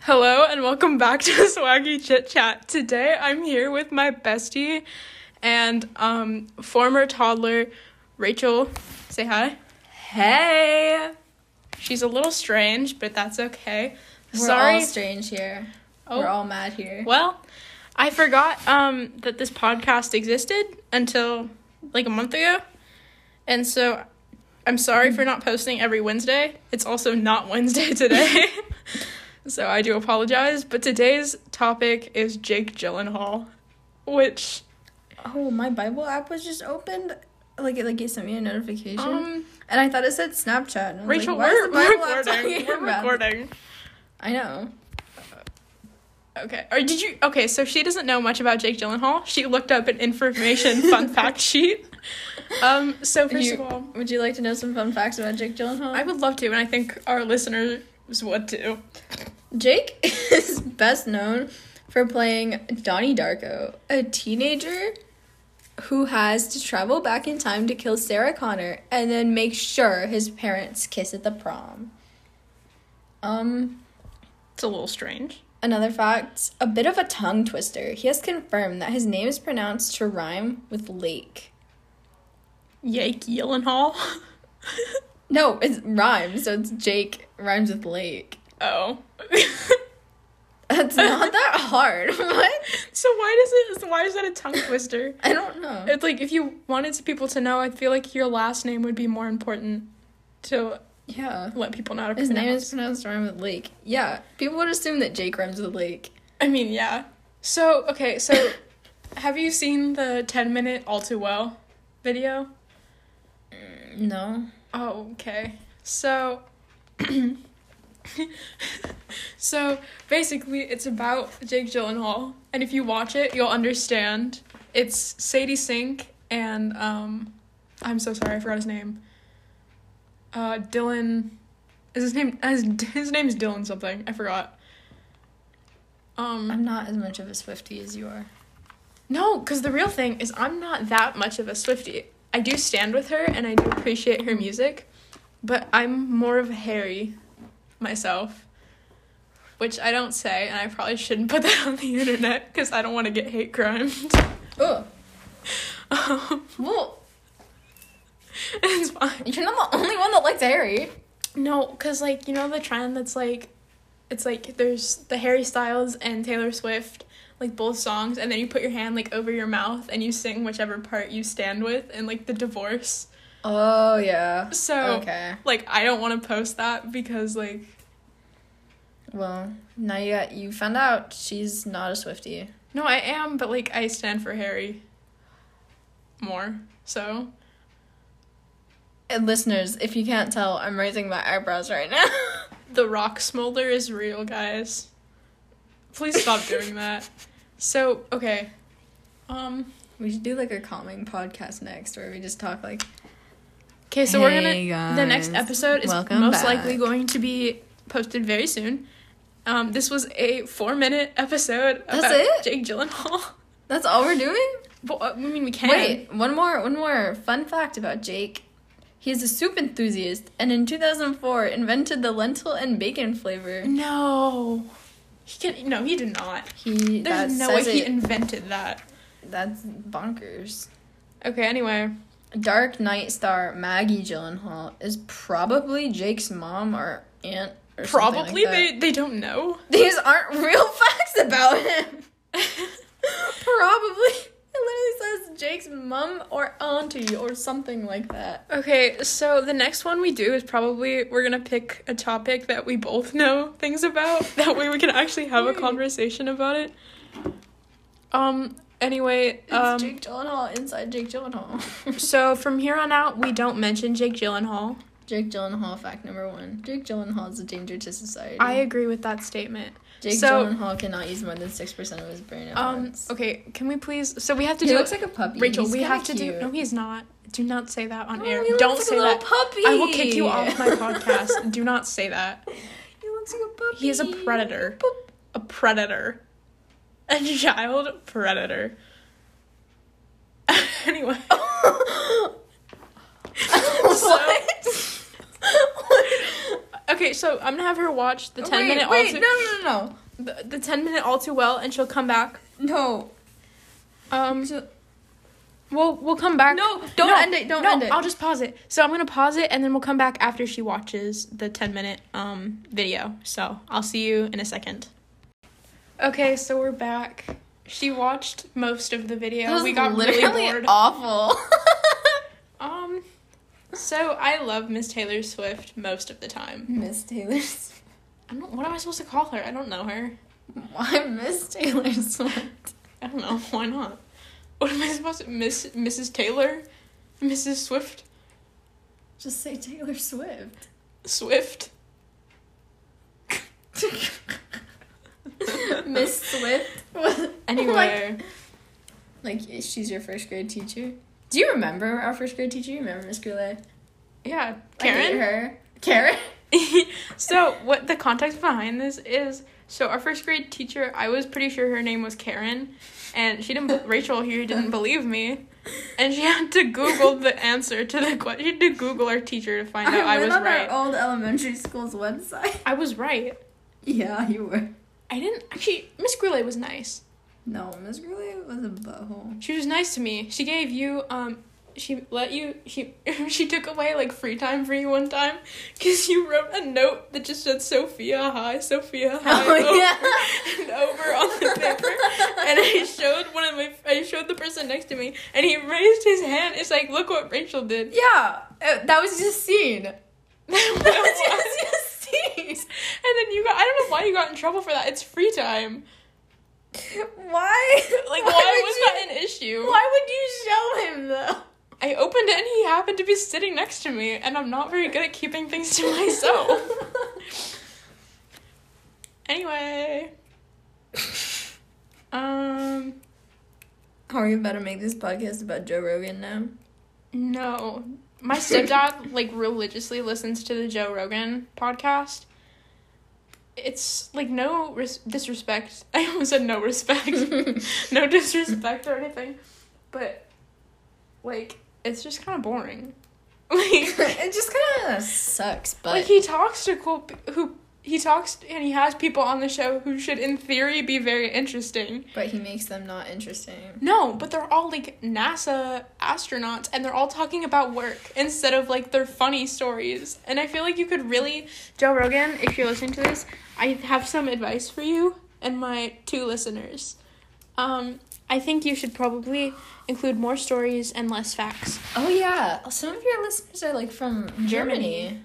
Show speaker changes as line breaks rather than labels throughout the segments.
Hello and welcome back to Swaggy Chit Chat. Today I'm here with my bestie and um, former toddler, Rachel. Say hi.
Hey,
She's a little strange, but that's okay.
we're
Sorry.
all strange here. We're all mad here.
Well, I forgot um, that this podcast existed until like a month ago. And so I'm sorry for not posting every Wednesday. It's also not Wednesday today. so I do apologize. But today's topic is Jake Gyllenhaal, which,
Oh, my Bible app was just opened. Like it, like it sent me a notification,
um,
and I thought it said Snapchat. and I was
Rachel,
like, why is
we're,
the
we're
Bible app
recording.
talking
We're
about it?
recording.
I know.
Okay. Or did you? Okay, so she doesn't know much about Jake Gyllenhaal. She looked up an information fun fact sheet. Um, so first
You-
of all,
Would you like to know some fun facts about Jake Gyllenhaal?
I would love to, and I think our listeners would too.
Jake is best known for playing Donnie Darko, a teenager who has to travel back in time to kill Sarah Connor and then make sure his parents kiss at the prom. Um,
It's a little strange.
Another fact, a bit of a tongue twister. He has confirmed that his name is pronounced to rhyme with lake.
Yake Gyllenhaal.
No, it's rhymes, so it's Jake rhymes with lake.
oh.
That's not that hard. What?
so why does it? Why is that a tongue twister?
I don't know.
It's like if you wanted to people to know, I feel like your last name would be more important to
Yeah.
let people know how to
His name
pronounce.
is pronounced to rhyme with lake. Yeah. People would assume that Jake rhymes with lake.
I mean, yeah. So okay, so have you seen the ten minute all too well video?
Mm, No.
Oh, okay. So So basically it's about Jake Gyllenhaal and if you watch it you'll understand. It's Sadie Sink and um I'm so sorry I forgot his name. Uh Dylan is his name his, his name's Dylan something. I forgot. Um
I'm not as much of a Swifty as you are.
no, cuz the real thing is I'm not that much of a Swiftie. I do stand with her and I do appreciate her music, but I'm more of a Harry myself, which I don't say, and I probably shouldn't put that on the internet because I don't want to get hate crimed.
Oh.
Um,
Well,
it's fine.
you're not the only one that likes Harry.
No, because, like, you know, the trend that's like, it's like there's the Harry Styles and Taylor Swift, like both songs, and then you put your hand, like, over your mouth and you sing whichever part you stand with, and, like, the divorce.
Oh yeah.
So,
Okay.
like, I don't want to post that because, like,
Well, now you got you found out she's not a Swifty.
No, I am, but like I stand for Harry more. So
And listeners, if you can't tell, I'm raising my eyebrows right now.
the rock smolder is real, guys. Please stop doing that. So okay, um.
we should do like a calming podcast next where we just talk like
Okay, so we're gonna.
Hey, guys.
The next episode is
Welcome
most
back.
likely going to be posted very soon. Um, this was a four-minute episode
That's
about
it?
Jake Gyllenhaal.
that's all we're doing?
But uh, I mean, we can.
Wait, one more one more fun fact about Jake. He's a soup enthusiast and in 2004 invented the lentil and bacon flavor.
No, he can. No, he did not.
He that
There's no way
says
he
it-
invented that.
that's bonkers.
Okay. Anyway.
Dark Knight star Maggie Gyllenhaal is probably Jake's mom or aunt or something like
Probably
that.
they, they don't know.
These aren't real facts about him. Probably. It literally says Jake's mum or auntie or something like that.
Okay, so the next one we do is probably we're gonna pick a topic that we both know things about. That way we can actually have a
Yay.
conversation about it. Um. Anyway,
It's
um,
Jake Gyllenhaal inside Jake Gyllenhaal.
so from here on out, we don't mention Jake Gyllenhaal.
Jake Gyllenhaal fact number one. Jake Gyllenhaal is a danger to society.
I agree with that statement.
Jake
so-
Gyllenhaal cannot use more than six percent of his brain at
Um.
once.
Okay. Can we please? So we have to
Oh, He
do.
looks like a puppy.
Rachel,
He's
we
kinda
have to do.
cute.
No, he's not. Do not say that on
Oh,
air.
he looks
Don't
like a
say
little
that.
Puppy.
I will kick you off my podcast. do not say that.
he looks like a puppy.
He is a predator.
Boop.
a predator. A child predator. anyway.
what?
So-
What?
Okay, so I'm gonna have her watch the ten
wait,
minute
wait,
all too
no, no, no,
the, the ten minute all too well, and she'll come back.
no,
Um, we'll we'll come back.
no, don't
No,
end it, don't
no,
end it.
I'll just pause it. So I'm gonna pause it, and then we'll come back after she watches the ten minute um video. So I'll see you in a second. Okay, so we're back. She watched most of the video.
That was
we got
literally
really bored.
awful.
Um, so I love Miss Taylor Swift most of the time.
Miss Taylor Swift.
I don't. What am I supposed to call her? I don't know her.
Why Miss Taylor Swift?
I don't know. Why not? What am I supposed to Miss Mrs. Taylor, Mrs. Swift,
Just say Taylor Swift.
Swift?
Miss Swift. was- Like,
Anyway,
like, she's your first grade teacher. Do you remember our first grade teacher? You remember Miss Goulet?
yeah,
I hate
Karen.
her. Karen?
so what the context behind this is? So our first grade teacher, I was pretty sure her name was Karen, and she didn't. Rachel here didn't believe me, and she had to Google the answer to the question. She had to Google our teacher to find out I,
went
was
on
right.
our old elementary school's website.
I was right.
Yeah, you were.
I didn't actually. Miss Grillet was nice.
No, Miss Goulet was a butthole.
She was nice to me. She gave you um she let you she she took away like free time for you one time because you wrote a note that just said Sophia hi Sophia hi
Oh,
over and over on the paper and I showed one of my I showed the person next to me and he raised his hand it's like look what Rachel did
Yeah, uh, that was just seen. That was just seen.
and then you got I don't know why you got in trouble for that it's free time
Why?
like why, was that
would
an issue
you, Why would you show him though?
I opened it and he happened to be sitting next to me, and I'm not very good at keeping things to myself. anyway. Um,
Are we about to make this podcast about Joe Rogan now?
no. My stepdad, like, religiously listens to the Joe Rogan podcast. It's like no res- disrespect. I almost said no respect. no disrespect or anything. But, like, it's just kind of boring. Like,
it just kind of sucks, but
like he talks to cool p- who he talks and he has people on the show who should in theory be very interesting
but he makes them not interesting.
no but they're all like nasa astronauts and they're all talking about work instead of like their funny stories and i feel like you could really joe rogan if you're listening to this i have some advice for you and my two listeners um i think you should probably include more stories and less facts
Oh yeah, some of your listeners are like from Germany,
Germany.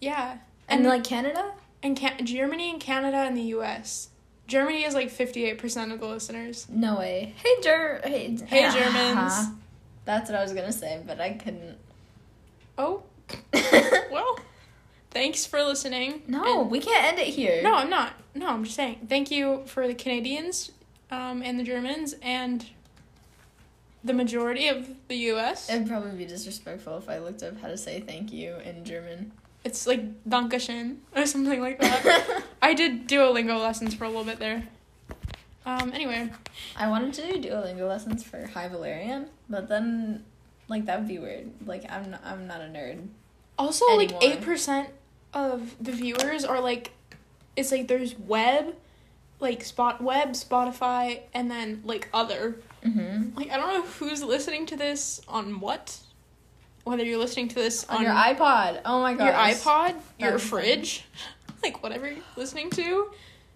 yeah
and, like Canada.
and can- Germany and Canada and the U.S. Germany is like fifty eight percent of the listeners.
No way. Hey, Ger. Hey, uh-huh.
Hey, Germans.
That's what I was gonna say, but I couldn't.
Oh well, thanks for listening.
no,
And-
we can't end it here.
no, I'm not. No, I'm just saying thank you for the Canadians, um, and the Germans and the majority of the U.S.
It'd probably be disrespectful if I looked up how to say thank you in German.
It's like Dankeschön or something like that. I did Duolingo lessons for a little bit there. Um. Anyway,
I wanted to do Duolingo lessons for High Valerian, but then, like that would be weird. Like I'm not, I'm not a nerd.
also like
Anymore.
eight percent of the viewers are like it's like there's web like spot web spotify and then like other
Mm-hmm.
like i don't know who's listening to this on what whether you're listening to this
On,
on,
your iPod. Oh my
your
gosh.
ipod your
That's insane.
fridge like whatever you're listening to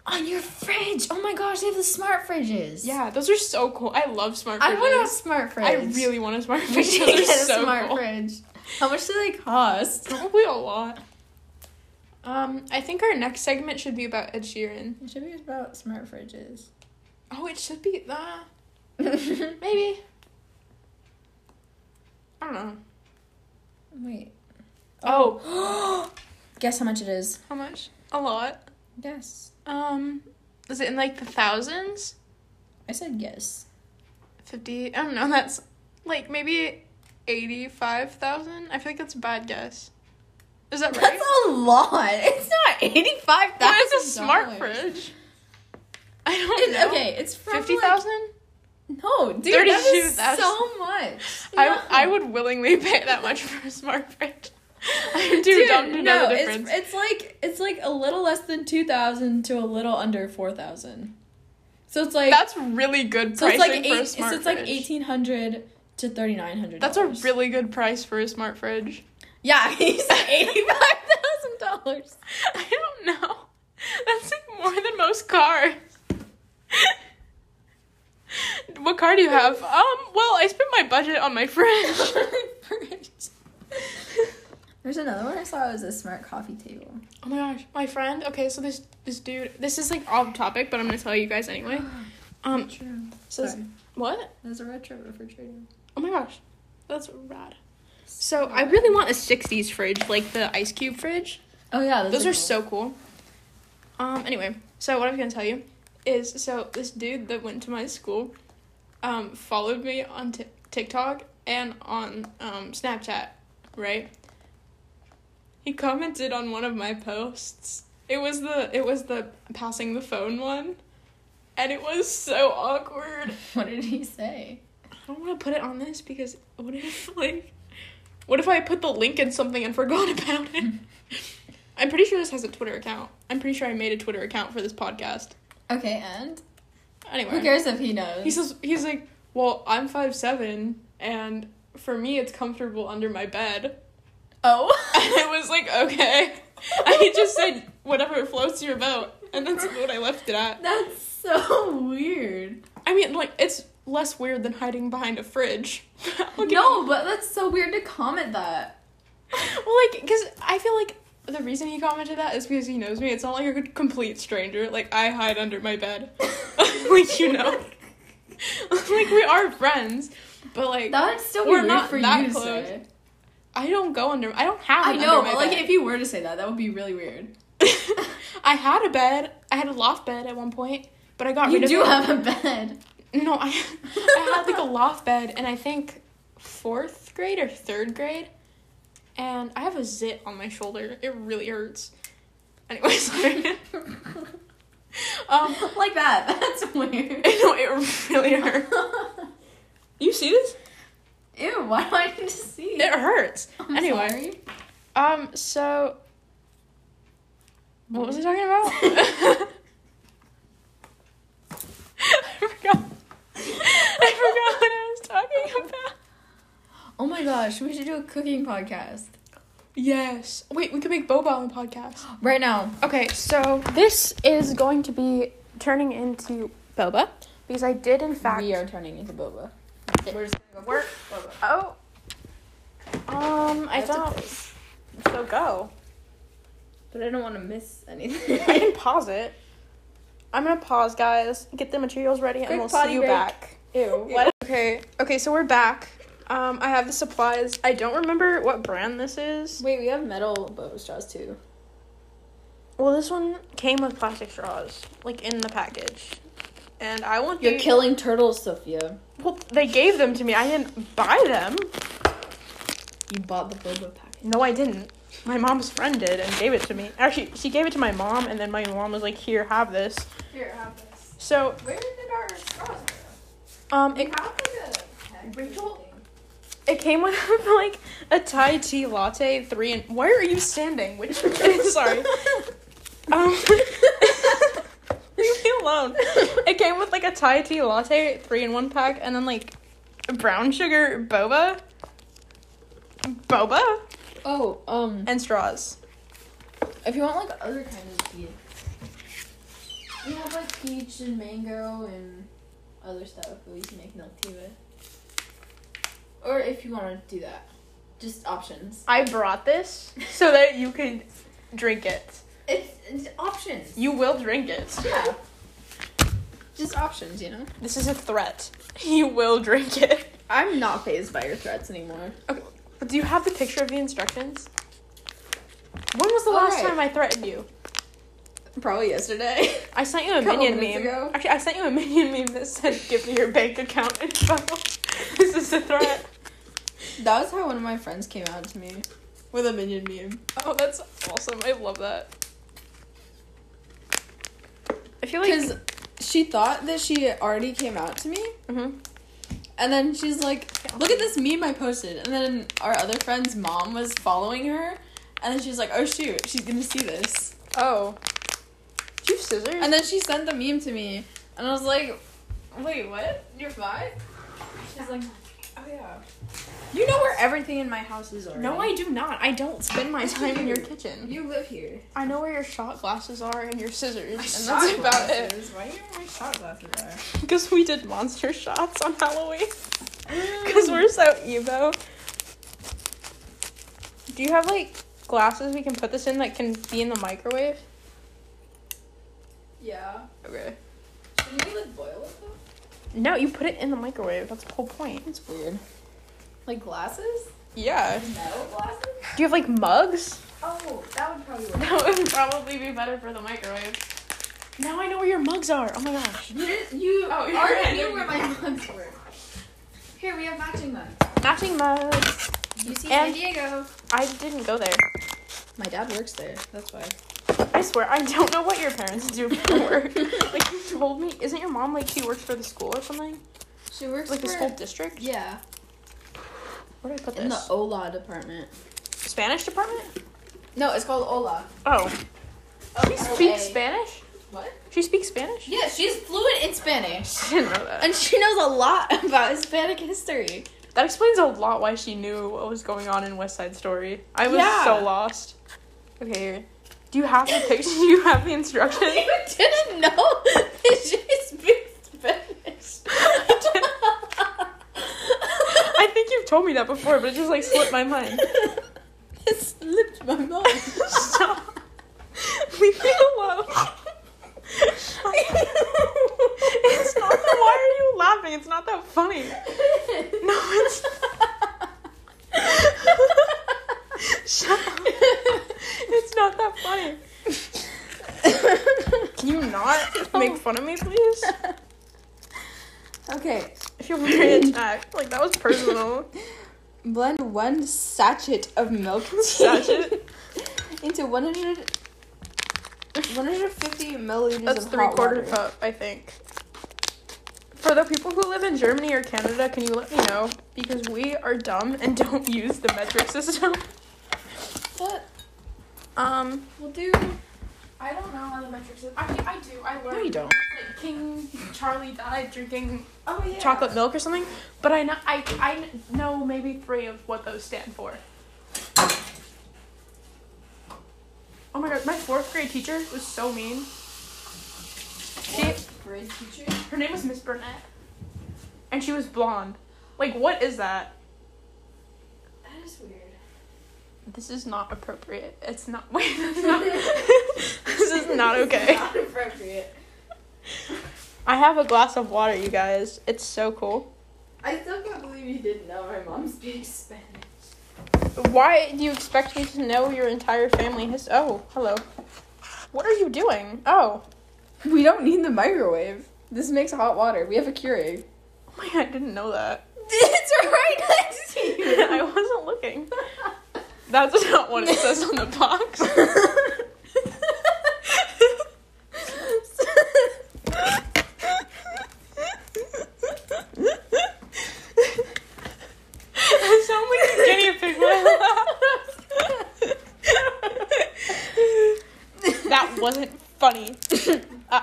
On your fridge. Oh my gosh, they have the smart fridges.
yeah those are so cool i love smart
I want a
fridges
smart fridge.
i, really want a smart
We
fridge
should
those
get
are
a
so
smart
cool.
fridge. How much do they cost?
probably a lot um i think our next segment should be about ed sheeran
It should be about smart fridges.
oh it should be uh,
Wait.
Maybe. I don't know. Oh.
Oh. Guess how much it is.
How much? A lot.
Guess.
Um, is it in like the thousands?
I said guess.
50? I don't know. That's like maybe 85,000? I feel like that's a bad guess. Is that right?
That's a lot. It's not eighty-five thousand.
That is a smart fridge. I don't know.
okay, it's probably
Fifty thousand?
No, dude, that is
32,000.
so much.
I I
No.
would willingly pay that much for a smart fridge. I do don't know the difference.
it's it's like it's like a little less than two thousand to a little under four thousand. So it's like
That's really good
so it's
pricing
like
for a
eight,
smart
so it's like
fridge.
eighteen hundred to thirty nine hundred.
That's a really good price for a smart fridge.
yeah. He's eighty five thousand dollars.
I don't know. That's like more than most cars. what car do you have? Um, well, I spent my budget on my fridge.
There's another one I saw. It was a smart coffee table.
Oh my gosh, my friend. Okay, so this this dude. This is like off topic, but I'm gonna tell you guys anyway. Um,
True.
so this- what?
There's a retro refrigerator.
Oh my gosh, that's rad. So I really want a '60s fridge, like the ice cube fridge.
Oh yeah,
Those are so cool. Um. Anyway, so what I was gonna tell you is, so this dude that went to my school, um, followed me on Tik TikTok and on um Snapchat, right? He commented on one of my posts. It was the it was the passing the phone one, and it was so awkward.
What did he say?
I don't want to put it on this because what if like what if I put the link in something and forgot about it? I'm pretty sure this has a Twitter account. I'm pretty sure I made a Twitter account for this podcast.
Okay, and who
Anyway,
cares if he knows?
he says he's like, "Well, I'm five seven, and for me, it's comfortable under my bed."
oh.
And I was like, "Okay." I just said, "Whatever floats your boat," and that's what I left it at.
That's so weird.
I mean, like it's less weird than hiding behind a fridge. Look at
No, but that's so weird to comment that.
well, like, because I feel like the reason he commented that is because he knows me. It's not like a complete stranger. Like, I hide under my bed. like, you know? like, we are friends, but, like,
That would still be
We're
weird
not
for you
that
to
close.
say.
I don't go under, I don't have
I
an
know,
under my
but like
bed.
if you were to say that, that would be really weird.
I had a bed. I had a loft bed at one point, but I got
You
rid
do
of it.
have a bed.
No, I, I had, like, a loft bed, and I think fourth grade or third grade, and I have a zit on my shoulder. It really hurts. Anyway, sorry. um,
Oh, like that. That's weird.
No, it really hurt. You see this?
Ew, why do I need to see?
It hurts.
I'm
anyway,
sorry.
um, so what was I talking about? I forgot. I forgot what I was talking about.
Oh my gosh, we should do a cooking podcast.
Yes. Wait, we could make boba on the podcast.
Right now.
Okay, so this is going to be turning into boba because I did in fact.
We are turning into boba. We're just gonna go work boba.
Oh. Um, I
That's a
don't.
place.
So go.
But I don't want to miss anything.
I can pause it. I'm gonna pause, guys. Get the materials ready,
Quick
and we'll
potty
see you
break.
back. Ew.
what-
Okay. Okay. So we're back. Um, I have the supplies. I don't remember what brand this is.
Wait, we have metal boba straws too.
Well, this one came with plastic straws, like in the package. And I want
You're
you.
killing turtles, Sophia.
well, they gave them to me. I didn't buy them.
You bought the boba packet.
No, I didn't. My mom's friend did and gave it to me. Actually, she gave it to my mom, and then my mom was like, "Here, have this."
Here, have this.
So,
Where did our straws go?
um, it
have like a Rachel.
It came with like a Thai tea latte three and why are you standing? Which sorry. Um Leave me alone. It came with like a Thai tea latte three in one pack and then like brown sugar boba. Boba
Oh, um,
and straws.
if you want like other kinds of tea, we have like peach and mango and other stuff that we can make milk tea with. Or if you want to do that, just options.
I brought this so that you could drink it.
It's, it's options.
You will drink it.
Yeah. Just options, you know?
This is a threat. You will drink it.
I'm not phased by your threats anymore.
Okay. Do you have the picture of the instructions? When was the
All
last
right.
time I threatened you?
Probably yesterday.
I sent you a
Couple
minion
minutes
meme.
ago.
Actually, I sent you a minion meme that said, "Give me your bank account info." this is a threat.
that was how one of my friends came out to me with a minion meme.
Oh, that's awesome! I love that. I feel like.
Because she thought that she already came out to me,
Mhm.
And then she's like, look at this meme I posted. And then our other friend's mom was following her. And then she's like, oh shoot, she's gonna see this.
Oh. Do you have scissors?
And then she sent the meme to me. And I was like, wait, what? You're five? She's like, oh yeah. You know where everything in my house is already.
no, I do not. I don't spend my time in your kitchen.
You live here.
I know where your shot glasses are and your scissors, and that's
Shot
about it.
glasses. Why do you know where my shot glasses are?
Because we did monster shots on Halloween. Because we're so emo. Do you have like glasses we can put this in that can be in the microwave?
Yeah.
Okay.
Can you like boil it though?
No, you put it in the microwave. That's the whole point.
It's weird. Like glasses?
Yeah.
Metal glasses?
Do you have like mugs?
Oh, that would probably work.
That would probably be better for the microwave. Now I know where your mugs are. Oh my gosh.
You, didn't- you
Oh, you're
already
right.
knew where my mugs were. Here, we have matching mugs.
Matching mugs.
You see
And-
San Diego.
I didn't go there.
My dad works there. That's why.
I swear, I don't know what your parents do for work. like you told me, isn't your mom like she works for the school or something?
She works
Like
for
the school district?
yeah
Where did I put
in the
this?
Ola department.
Spanish department?
No, it's called Ola.
Oh. She
O-L-A.
speaks Spanish?
What?
She speaks Spanish?
Yeah, she's fluent in Spanish,
I didn't know that.
and she knows a lot about Hispanic history.
That explains a lot why she knew what was going on in West Side Story. I was
Yeah.
so lost. Okay, here. Do you have the picture? Do you have the instructions?
You didn't know that she speaks Spanish.
I think you've told me that before, but it just like slipped my mind.
it slipped my mind.
Stop. Leave me alone. it's not. Why are you laughing? It's not that funny. No, it's. Shut up. It's not that funny. Can you not make fun of me, please?
okay.
I feel very attacked. Like that was personal.
Blend one sachet of milk tea
Sachet?
into 100, 150 milliliters
That's
of
three
hot
quarter
water.
cup, I think. For the people who live in Germany or Canada, can you let me know? Because we are dumb and don't use the metric system.
But
Um,
we'll do.
I don't know how the metric system. I mean, I do. I learned.
don't.
that King Charlie died drinking
Oh yeah.
chocolate milk or something, but I know I I kn- know maybe three of what those stand for. Oh my god, my fourth grade teacher was so mean. She
Grade teacher.
her name was Miss Burnett, and she was blonde. Like, what is that?
That is weird.
This is not appropriate. It's not. Wait, that's not. this is not okay.
Not appropriate.
I have a glass of water, you guys. It's so cool.
I still can't believe you didn't know my mom speaks Spanish.
Why do you expect me to know your entire family history? Oh, hello. What are you doing? Oh.
We don't need the microwave. This makes hot water. We have a Keurig.
Oh my god, I didn't know that.
It's right next to
I wasn't looking. That's not what it says on the box. I sound like a guinea pig when I laugh. That wasn't funny. Uh,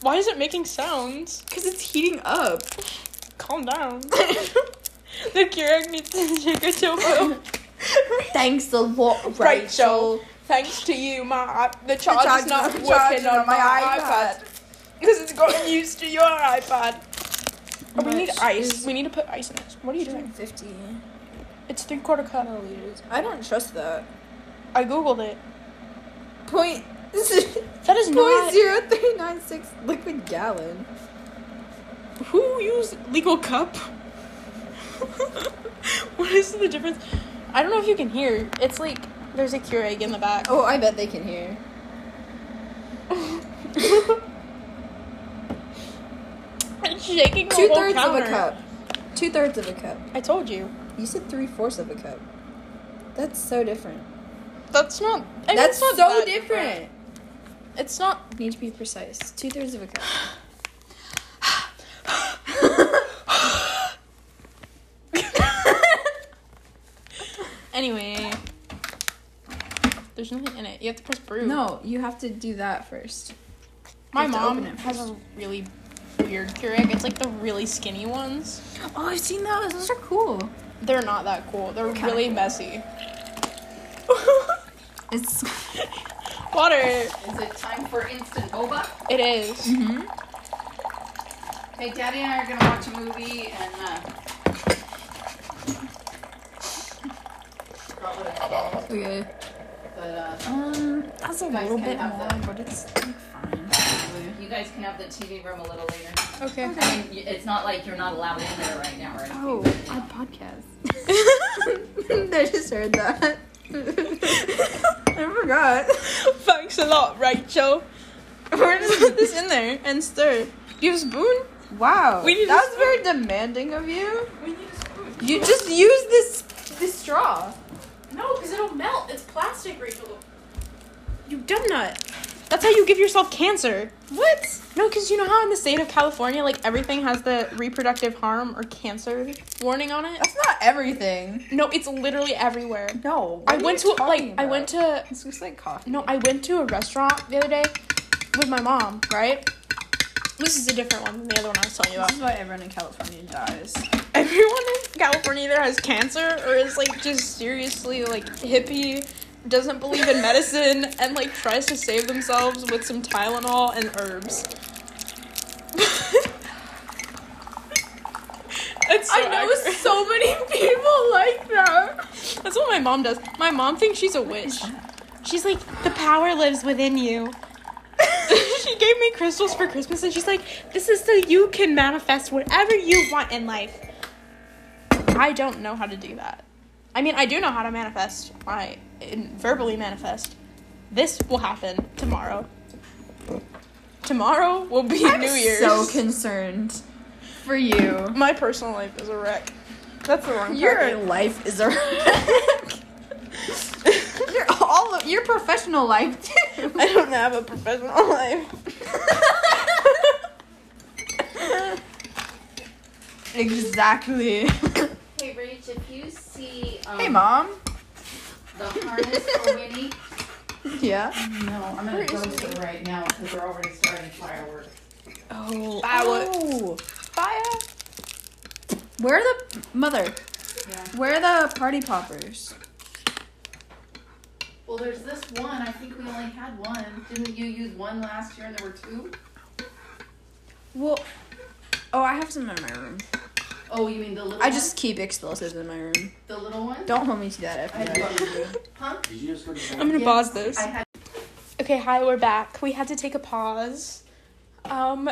why is it making sounds?
Because it's heating up.
Calm down. the Keurig needs to shake a tofu.
Thanks a lot,
Rachel. Thanks to you, my I- the charge
charge
is not
is not
working
charging
on my iPad because it's gotten used to your iPad. Oh, we need
Much
ice.
is-
We need to put ice in this. What are you doing?
150
It's three quarter cup.
milliliters. I don't trust that.
I googled it.
Point.
That is not.
Point zero three nine six liquid gallon.
Who used legal cup? what is the difference? I don't know if you can hear. It's like there's a Keurig in the back.
Oh, I bet they can hear.
It's shaking the
Two
whole
thirds of a
counter.
cup. Two thirds of a cup.
I told you.
You said three fourths of a cup. That's so different.
That's not. I mean, it's
That's
not
so
that
different.
It's not
Need to be precise. Two thirds of a cup.
There's nothing in it. You have to press brew.
No, you have to do that first.
My
you have to
mom
open it
has a really weird Keurig. It's like the really skinny ones.
Oh, I've seen those. Those are cool.
They're not that cool. They're
Kinda
really
cool.
messy.
It's.
Water.
Is it time for instant boba?
It is.
hmm
Hey, Daddy and I are gonna watch a movie and. Uh, forgot what it's called,
Okay.
but uh,
Um, that's a
You guys
little
can
bit
have
more,
that.
but it's like, fine.
you guys can have the TV room a little later.
Okay.
I mean, y- it's not like you're not allowed in there right now, right?
Oh, our podcast. I just heard that. I forgot.
Thanks a lot, Rachel. We're just put this in there and stir. Do you have a spoon?
Wow,
We need a
that's
spoon.
very demanding of you.
We need a spoon.
You just use this this straw.
No, because it'll melt. It's plastic, Rachel. You nuts. That's how you give yourself cancer.
What?
No, because you know how in the state of California, like everything has the reproductive harm or cancer warning on it?
That's not everything.
No, it's literally everywhere.
No,
I went to like I went to
It's just like coffee.
no, I went to a restaurant the other day with my mom, right? This is a different one than the other one I was telling you
This
about.
is why everyone in California dies.
Everyone in California either has cancer or is like just seriously like hippie, doesn't believe in medicine, and like tries to save themselves with some Tylenol and herbs. That's so
I know
accurate.
so many people like that.
That's what my mom does. My mom thinks she's a witch. She's like, the power lives within you. she gave me crystals for Christmas and she's like, this is so you can manifest whatever you want in life. I don't know how to do that. I mean, I do know how to manifest. I in- verbally manifest. This will happen tomorrow. Tomorrow will be
I'm
New Year's.
so concerned for you.
my personal life is a wreck. That's the wrong
Your
part.
life is a wreck. your all of, your professional life too.
I don't have a professional life.
exactly.
Hey, Rach, if you see um,
hey, mom.
the harness for Winnie.
Yeah.
No, I'm gonna ghost them right now because they're already starting fireworks.
Oh,
Oh, fire. Where are the mother?
Yeah.
Where are the party poppers?
Well, there's this one. I think we only had one. Didn't you use one last year and there were two?
Well, oh, I have some in my room.
Oh, you mean the little
I
one?
just keep explosives in my room.
The little one?
Don't hold me to that.
I
I forgot.
Huh?
Did you just go to
I'm gonna
Yes,
pause this.
I had
Okay, hi, we're back. We had to take a pause. Um,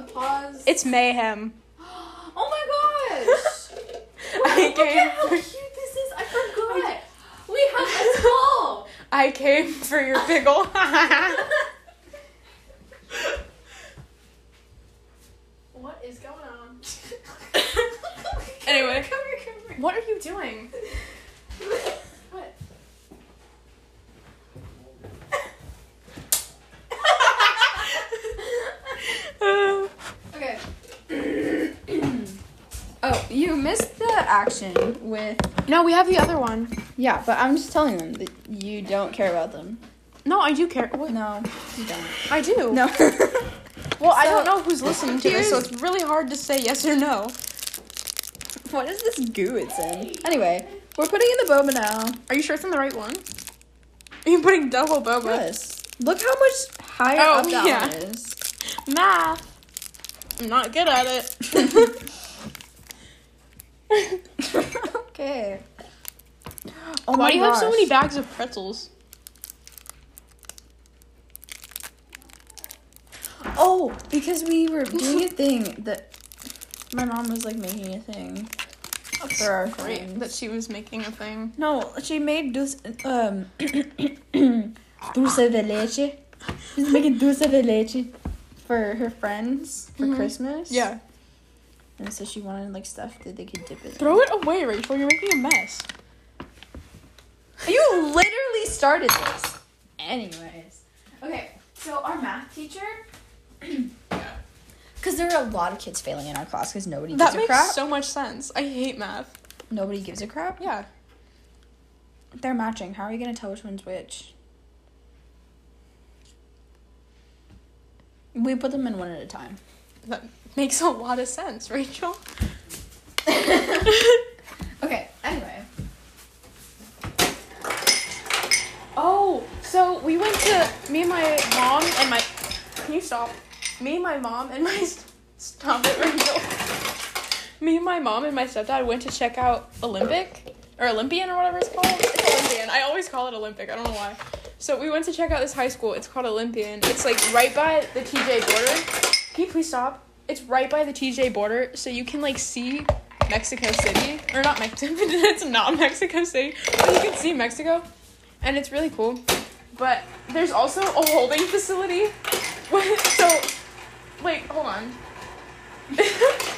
pause.
it's mayhem.
oh my gosh!
I
Look at
came,
how cute this is. I forgot. We have a doll.
I came for your pickle.
What is going on?
Anyway.
Come here, come here.
what are you doing?
What?
Uh,
Okay.
Oh, you missed the action with.
no, we have the other one.
Yeah, but I'm just telling them that you don't care about them.
No, I do care. Wait,
No, you don't.
I do.
No.
Well, I
So-
don't know who's listening to this, so
Here's-
it's really hard to say yes or no.
what is this goo it's in? Anyway, we're putting in the boba now.
Are you sure it's in the right one? Are you putting double boba?
Yes. Look how much higher
Oh,
up that
yeah.
one is.
Math. I'm not good at it.
okay. Oh
Why
my
do you have so
gosh.
many bags of pretzels?
Oh, because we were doing a thing that my mom was like making a thing for our
Great that
friends.
she was making a thing.
No, she made dulce um dulce de leche. She's making dulce de leche for her friends for
Mhm.
Christmas. And so she wanted like stuff that they could dip it.
Throw it away, Rachel. You're making a mess.
in. You literally started this. Anyways,
Okay. So our math teacher.
because there are a lot of kids failing in our class because nobody
That
gives a
makes
crap.
so much sense. I hate math.
nobody gives a crap.
Yeah.
They're matching. How are you gonna tell which one's which? We put them in one at a time.
That makes a lot of sense, Rachel.
Okay. Anyway.
Oh, so we went to me and my mom and my. Can you stop? Me, my mom, and my. Stop it, Rachel. Me and my mom and my stepdad went to check out Olympic or Olympian or whatever it's called. It's Olympian. I always call it Olympic. I don't know why. So we went to check out this high school. It's called Olympian. It's like right by the TJ border. Can you please stop? It's right by the TJ border, so you can like see Mexico City or not Mexico. it's not Mexico City, but you can see Mexico and it's really cool. But there's also a holding facility. so, like, hold on.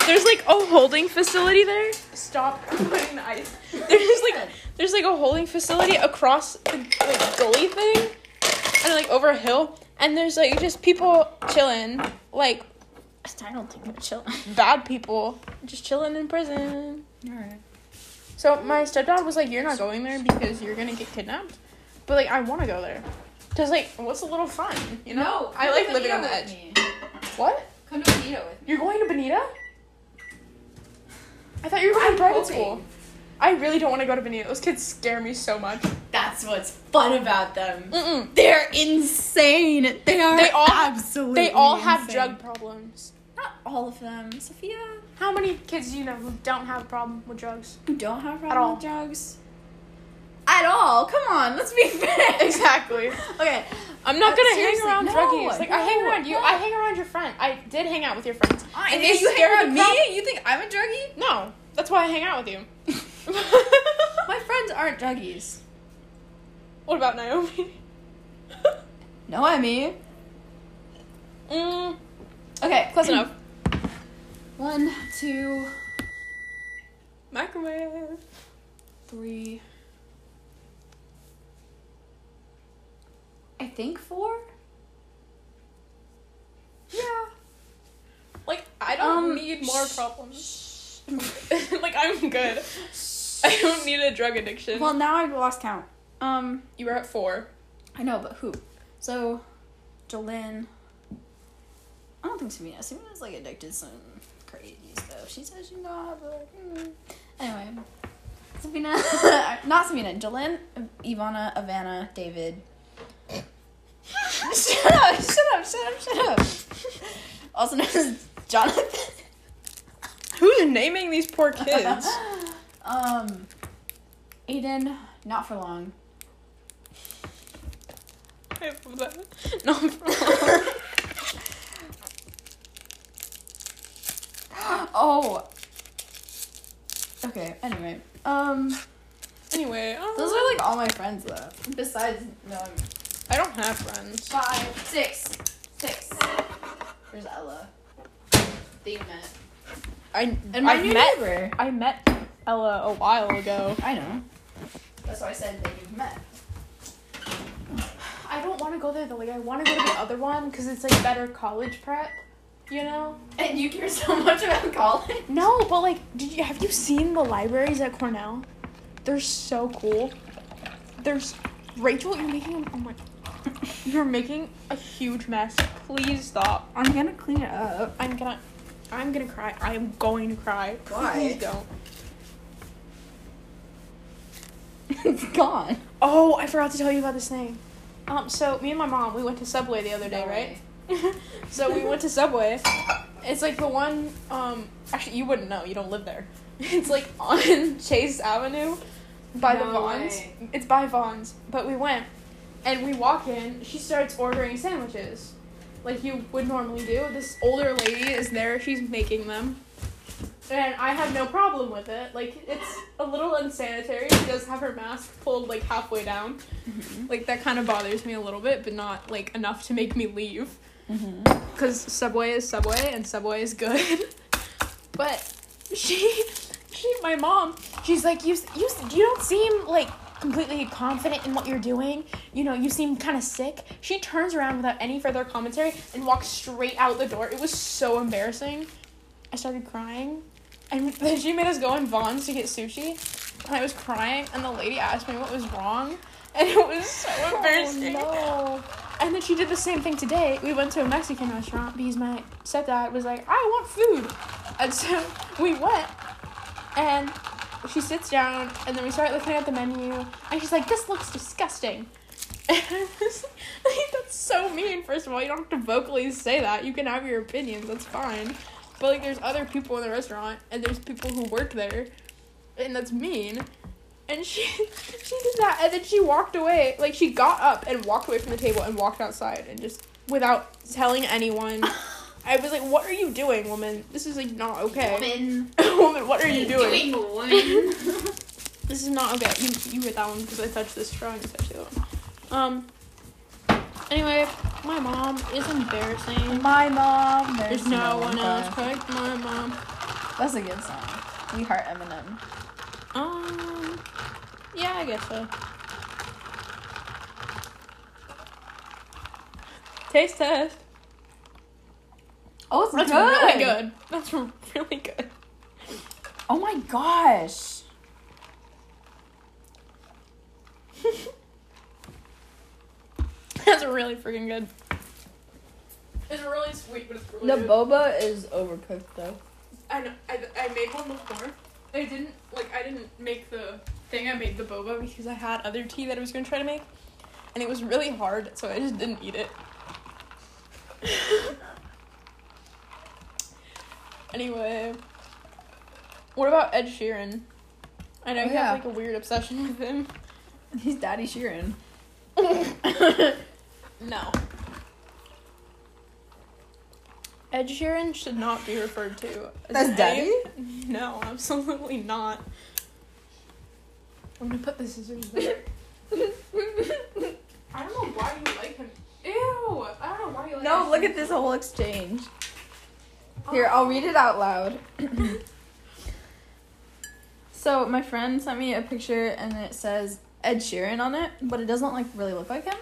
there's like a holding facility there. Stop putting the ice. There's like there's like a holding facility across the like gully thing, and like over a hill. And there's like just people chilling, like
I don't think they're chilling.
bad people just chilling in prison.
All right.
So my stepdad was like, "You're not going there because you're gonna get kidnapped," but like I want to go there, cause like what's a little fun, you know? I like living on the edge. What?
Come to Benito with me.
You're going to Bonita? I thought you were going to private
hoping.
school. I really don't want to go to Bonita. Those kids scare me so much.
That's what's fun about them.
Mm-mm.
They're insane. They are.
They all-
absolutely.
They all have
insane.
drug problems.
Not all of them, Sophia.
How many kids do you know who don't have a problem with drugs?
Who don't have
At all.
problem with drugs? At all. Come on. Let's be fair.
Exactly.
Okay.
I'm not
Uh,
gonna hang
seriously,
around
no,
druggies. Like I hang
no,
around you.
no.
I hang around your friend. I did hang out with your friends.
I,
And
if
they
you
scare
hang out
the
with
crap-
me, you think I'm a druggie?
No, that's why I hang out with you.
My friends aren't druggies.
What about Naomi?
No, I mean.
mm,
Okay.
close enough.
One, two,
Microwave.
three. I think four. Yeah.
Like I don't
Um,
need more problems. like I'm good. I don't need a drug addiction.
Well, now I've lost count. Um,
you were at four.
I know, but who? So, Jolyn. I don't think Savina. Savina's like addicted to some crazy stuff. She says she's not, but like, mm. anyway. Savina, not Savina. Jolyn, Ivana, Ivana, David. shut up! Shut up! Shut up! Shut up! also known as Jonathan.
Who's naming these poor kids?
um, Aiden, not for long.
I love that. No, I'm
oh. Okay. Anyway, um,
anyway, um,
those are like all my friends though. Besides, no, I'm
I don't have friends.
five, six, six. Where's Ella? That you met.
I
And my
I
new
met
neighbor.
I met Ella a while ago.
I know. That's why I said that you've met.
I don't want to go there though. Like I want to go to the other one because it's like better college prep. You know.
And you care so much about college.
No, but like, did you have you seen the libraries at Cornell? They're so cool. There's Rachel, you're making oh my, you're making a huge mess. Please stop.
I'm gonna clean it up.
I'm gonna I'm gonna cry. I am going to cry.
Why?
Please don't.
it's gone.
Oh, I forgot to tell you about this thing. Um, so me and my mom, we went to Subway the other day, right? so we went to Subway. It's like the one. Um, actually, you wouldn't know. You don't live there. It's like on Chase Avenue, by the
No
Vons.
way.
It's by Vons. But we went, and we walk in. She starts ordering sandwiches, like you would normally do. This older lady is there. She's making them. And I have no problem with it. Like it's a little unsanitary. She does have her mask pulled like halfway down.
Mm-hmm.
Mm-hmm. Like that kind of bothers me a little bit, but not like enough to make me leave because Subway is Subway and Subway is good. but she, she, my mom, she's like, you, s- you, s- you don't seem like completely confident in what you're doing. You know, you seem kind of sick. She turns around without any further commentary and walks straight out the door. It was so embarrassing. I started crying, and then she made us go in Vaughn's to get sushi. and I was crying, and the lady asked me what was wrong, and it was so embarrassing. And then she did the same thing today. We went to a Mexican restaurant because my stepdad was like, I want food. And so we went, and she sits down, and then we start looking at the menu, and she's like, This looks disgusting. And I was like, That's so mean, first of all. You don't have to vocally say that. You can have your opinions, that's fine. But, like, there's other people in the restaurant, and there's people who work there, and that's mean. And she she did that, and then she walked away. Like she got up and walked away from the table and walked outside, and just without telling anyone. I was like, "What are you doing, woman? This is like not okay,
Woman.
woman. what are you doing?
woman.
This is not okay. You you hit that one because I touched this straw and you touched the other one. Um. Anyway, my mom is embarrassing.
My mom.
There's no one else like my mom.
That's a good song. We heart Eminem.
Um. Yeah, I guess so. Taste test.
Oh, it's
That's really good. That's really good.
Oh my gosh.
That's really freaking good. It's really sweet, but it's really
The
good.
boba is overcooked though.
I, know, I I made one before. I didn't like I didn't make the thing. I made the boba because I had other tea that I was gonna try to make, and it was really hard, so I just didn't eat it. anyway, what about Ed Sheeran? I know
Oh,
you
yeah.
have like a weird obsession with him.
He's Daddy Sheeran.
No. Ed Sheeran should not be referred to
That's
an
daddy?
ape. No, absolutely not. I'm gonna put the scissors there. I don't know why you like him. Ew! I don't know why you like
No,
Ed
look
Sheeran.
at this whole exchange. Here, I'll read it out loud. so my friend sent me a picture and it says Ed Sheeran on it, but it doesn't like really look like him.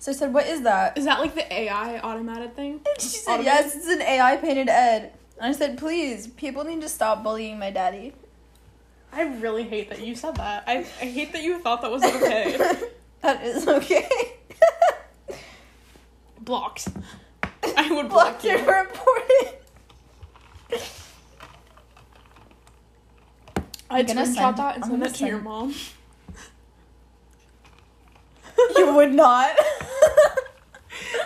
So I said, "What is that?"
Is that like the AI automatic thing?
And she said,
Automated?
"Yes, it's an AI painted Ed." And I said, "Please, people need to stop bullying my daddy."
I really hate that you said that. I, I hate that you thought that was okay.
that is okay.
Blocks. I would block
Blocked
you.
and reported.
I'd
gonna
screenshot
send-
that and
I'm
send
gonna
that to your
send-
mom.
You would not.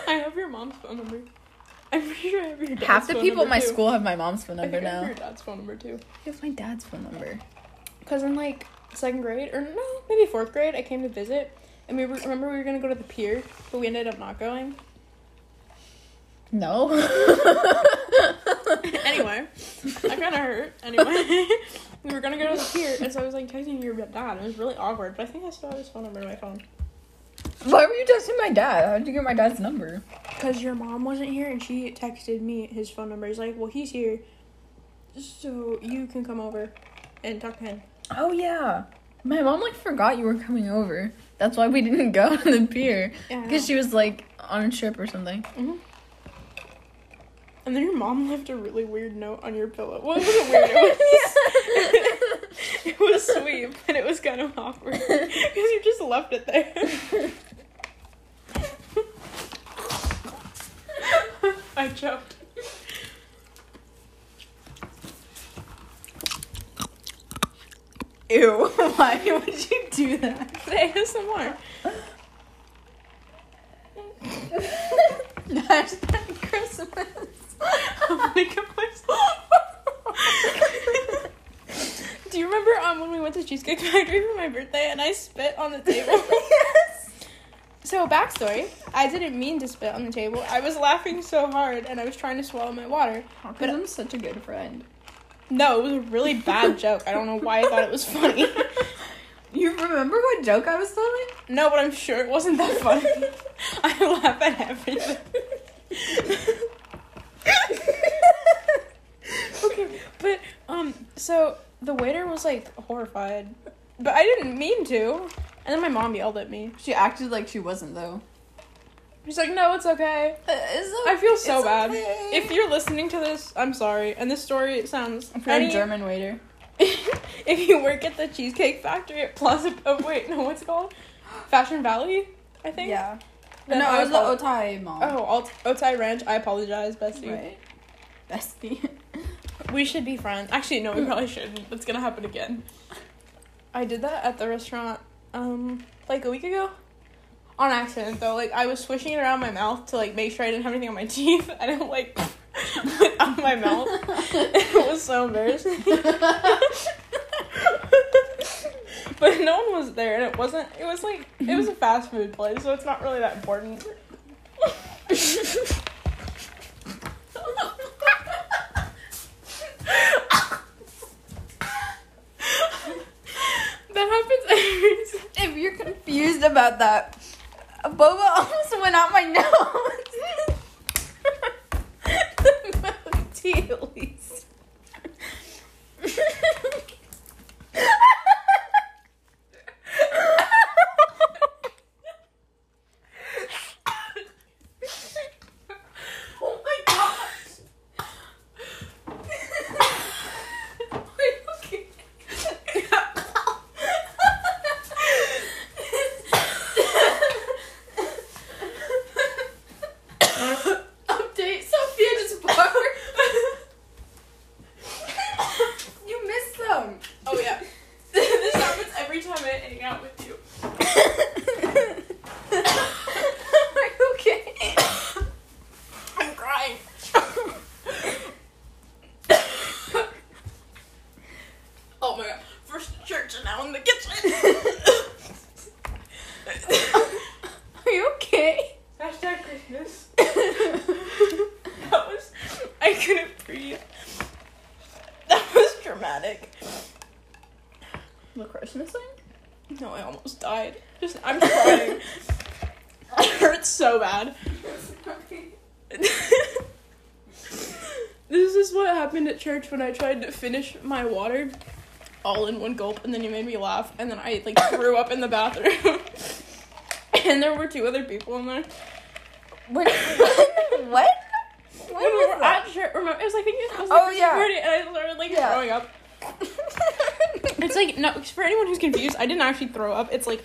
I have your mom's phone number. I'm pretty sure I have your dad's
Half the
phone
people at
number
my
too.
school have my mom's phone
I think
number
I have
now.
your dad's phone number too.
It's my dad's phone number.
Cause in like second grade or no, maybe fourth grade, I came to visit, and we were, remember we were gonna go to the pier, but we ended up not going.
No.
Anyway, that kind of hurt. Anyway, we were gonna go to the pier, and so I was like texting your dad, and it was really awkward. But I think I still have his phone number in my phone.
Why were you texting my dad? How did you get my dad's number?
Because your mom wasn't here and she texted me his phone number. He's like, well, he's here. So you can come over and talk to him.
Oh yeah. My mom like forgot you were coming over. That's why we didn't go to the pier
Yeah. Mm-hmm.
because she was like on a trip or something.
And then your mom left a really weird note on your pillow. Well, it wasn't weird. It was, it was sweet, but it was kind of awkward because you just left it there. I choked.
Ew. Why would you do that?
Say ASMR.
Hashtag Christmas.
I'm gonna kill myself. Do you remember um when we went to Cheesecake Factory for my birthday and I spit on the table?
yes.
So backstory, I didn't mean to spit on the table. I was laughing so hard and I was trying to swallow my water.
But I'm such a good friend.
No, it was a really bad joke. I don't know why I thought it was funny.
You remember what joke I was telling?
No, but I'm sure it wasn't that funny. I laugh at everything. okay, but um, so the waiter was like horrified, but I didn't mean to. And then my mom yelled at me.
She acted like she wasn't though.
She's like, "No, it's okay.
Uh,
I feel so bad. If you're listening to this, I'm sorry." And this story sounds
if you're
any-
a German waiter,
if you work at the Cheesecake Factory at Plaza. Oh wait, no, what's it called? Fashion Valley, I think.
Yeah.
Then
no,
I
I was the
apo-
Otai mom.
Oh, Alt- Otai Ranch. I apologize, bestie.
right. Bestie.
We should be friends. Actually, no, we probably shouldn't. That's gonna happen again. I did that at the restaurant, um, like a week ago, on accident though. Like I was swishing it around my mouth to like make sure I didn't have anything on my teeth, and it like went out my mouth. it was so embarrassing. but no one was there, and it wasn't. It was like it was a fast food place, so it's not really that important.
That happens every single
if you're confused about that, a boba almost went out my nose. the milk tea, at least.
Oh my gosh! Update Sophia just barked.
you missed them.
Oh yeah, this happens every time I hang out with you.
Are you okay?
I'm crying. oh my god. First in church and now in the kitchen.
Are you okay?
Hashtag Christmas. that was. I couldn't breathe. That was dramatic.
The Christmas thing?
No, I almost died. Just, I'm crying. it hurts so bad. this is what happened at church when I tried to finish my water all in one gulp, and then you made me laugh, and then I like threw up in the bathroom. and there were two other people in there.
When, when, what? When
when we
was
were
that?
at church, remember, it was like, I think it was like
Oh,
a
yeah.
sorority, and I started like
Yeah.
throwing up. It's like, no, for anyone who's confused, I didn't actually throw up. It's like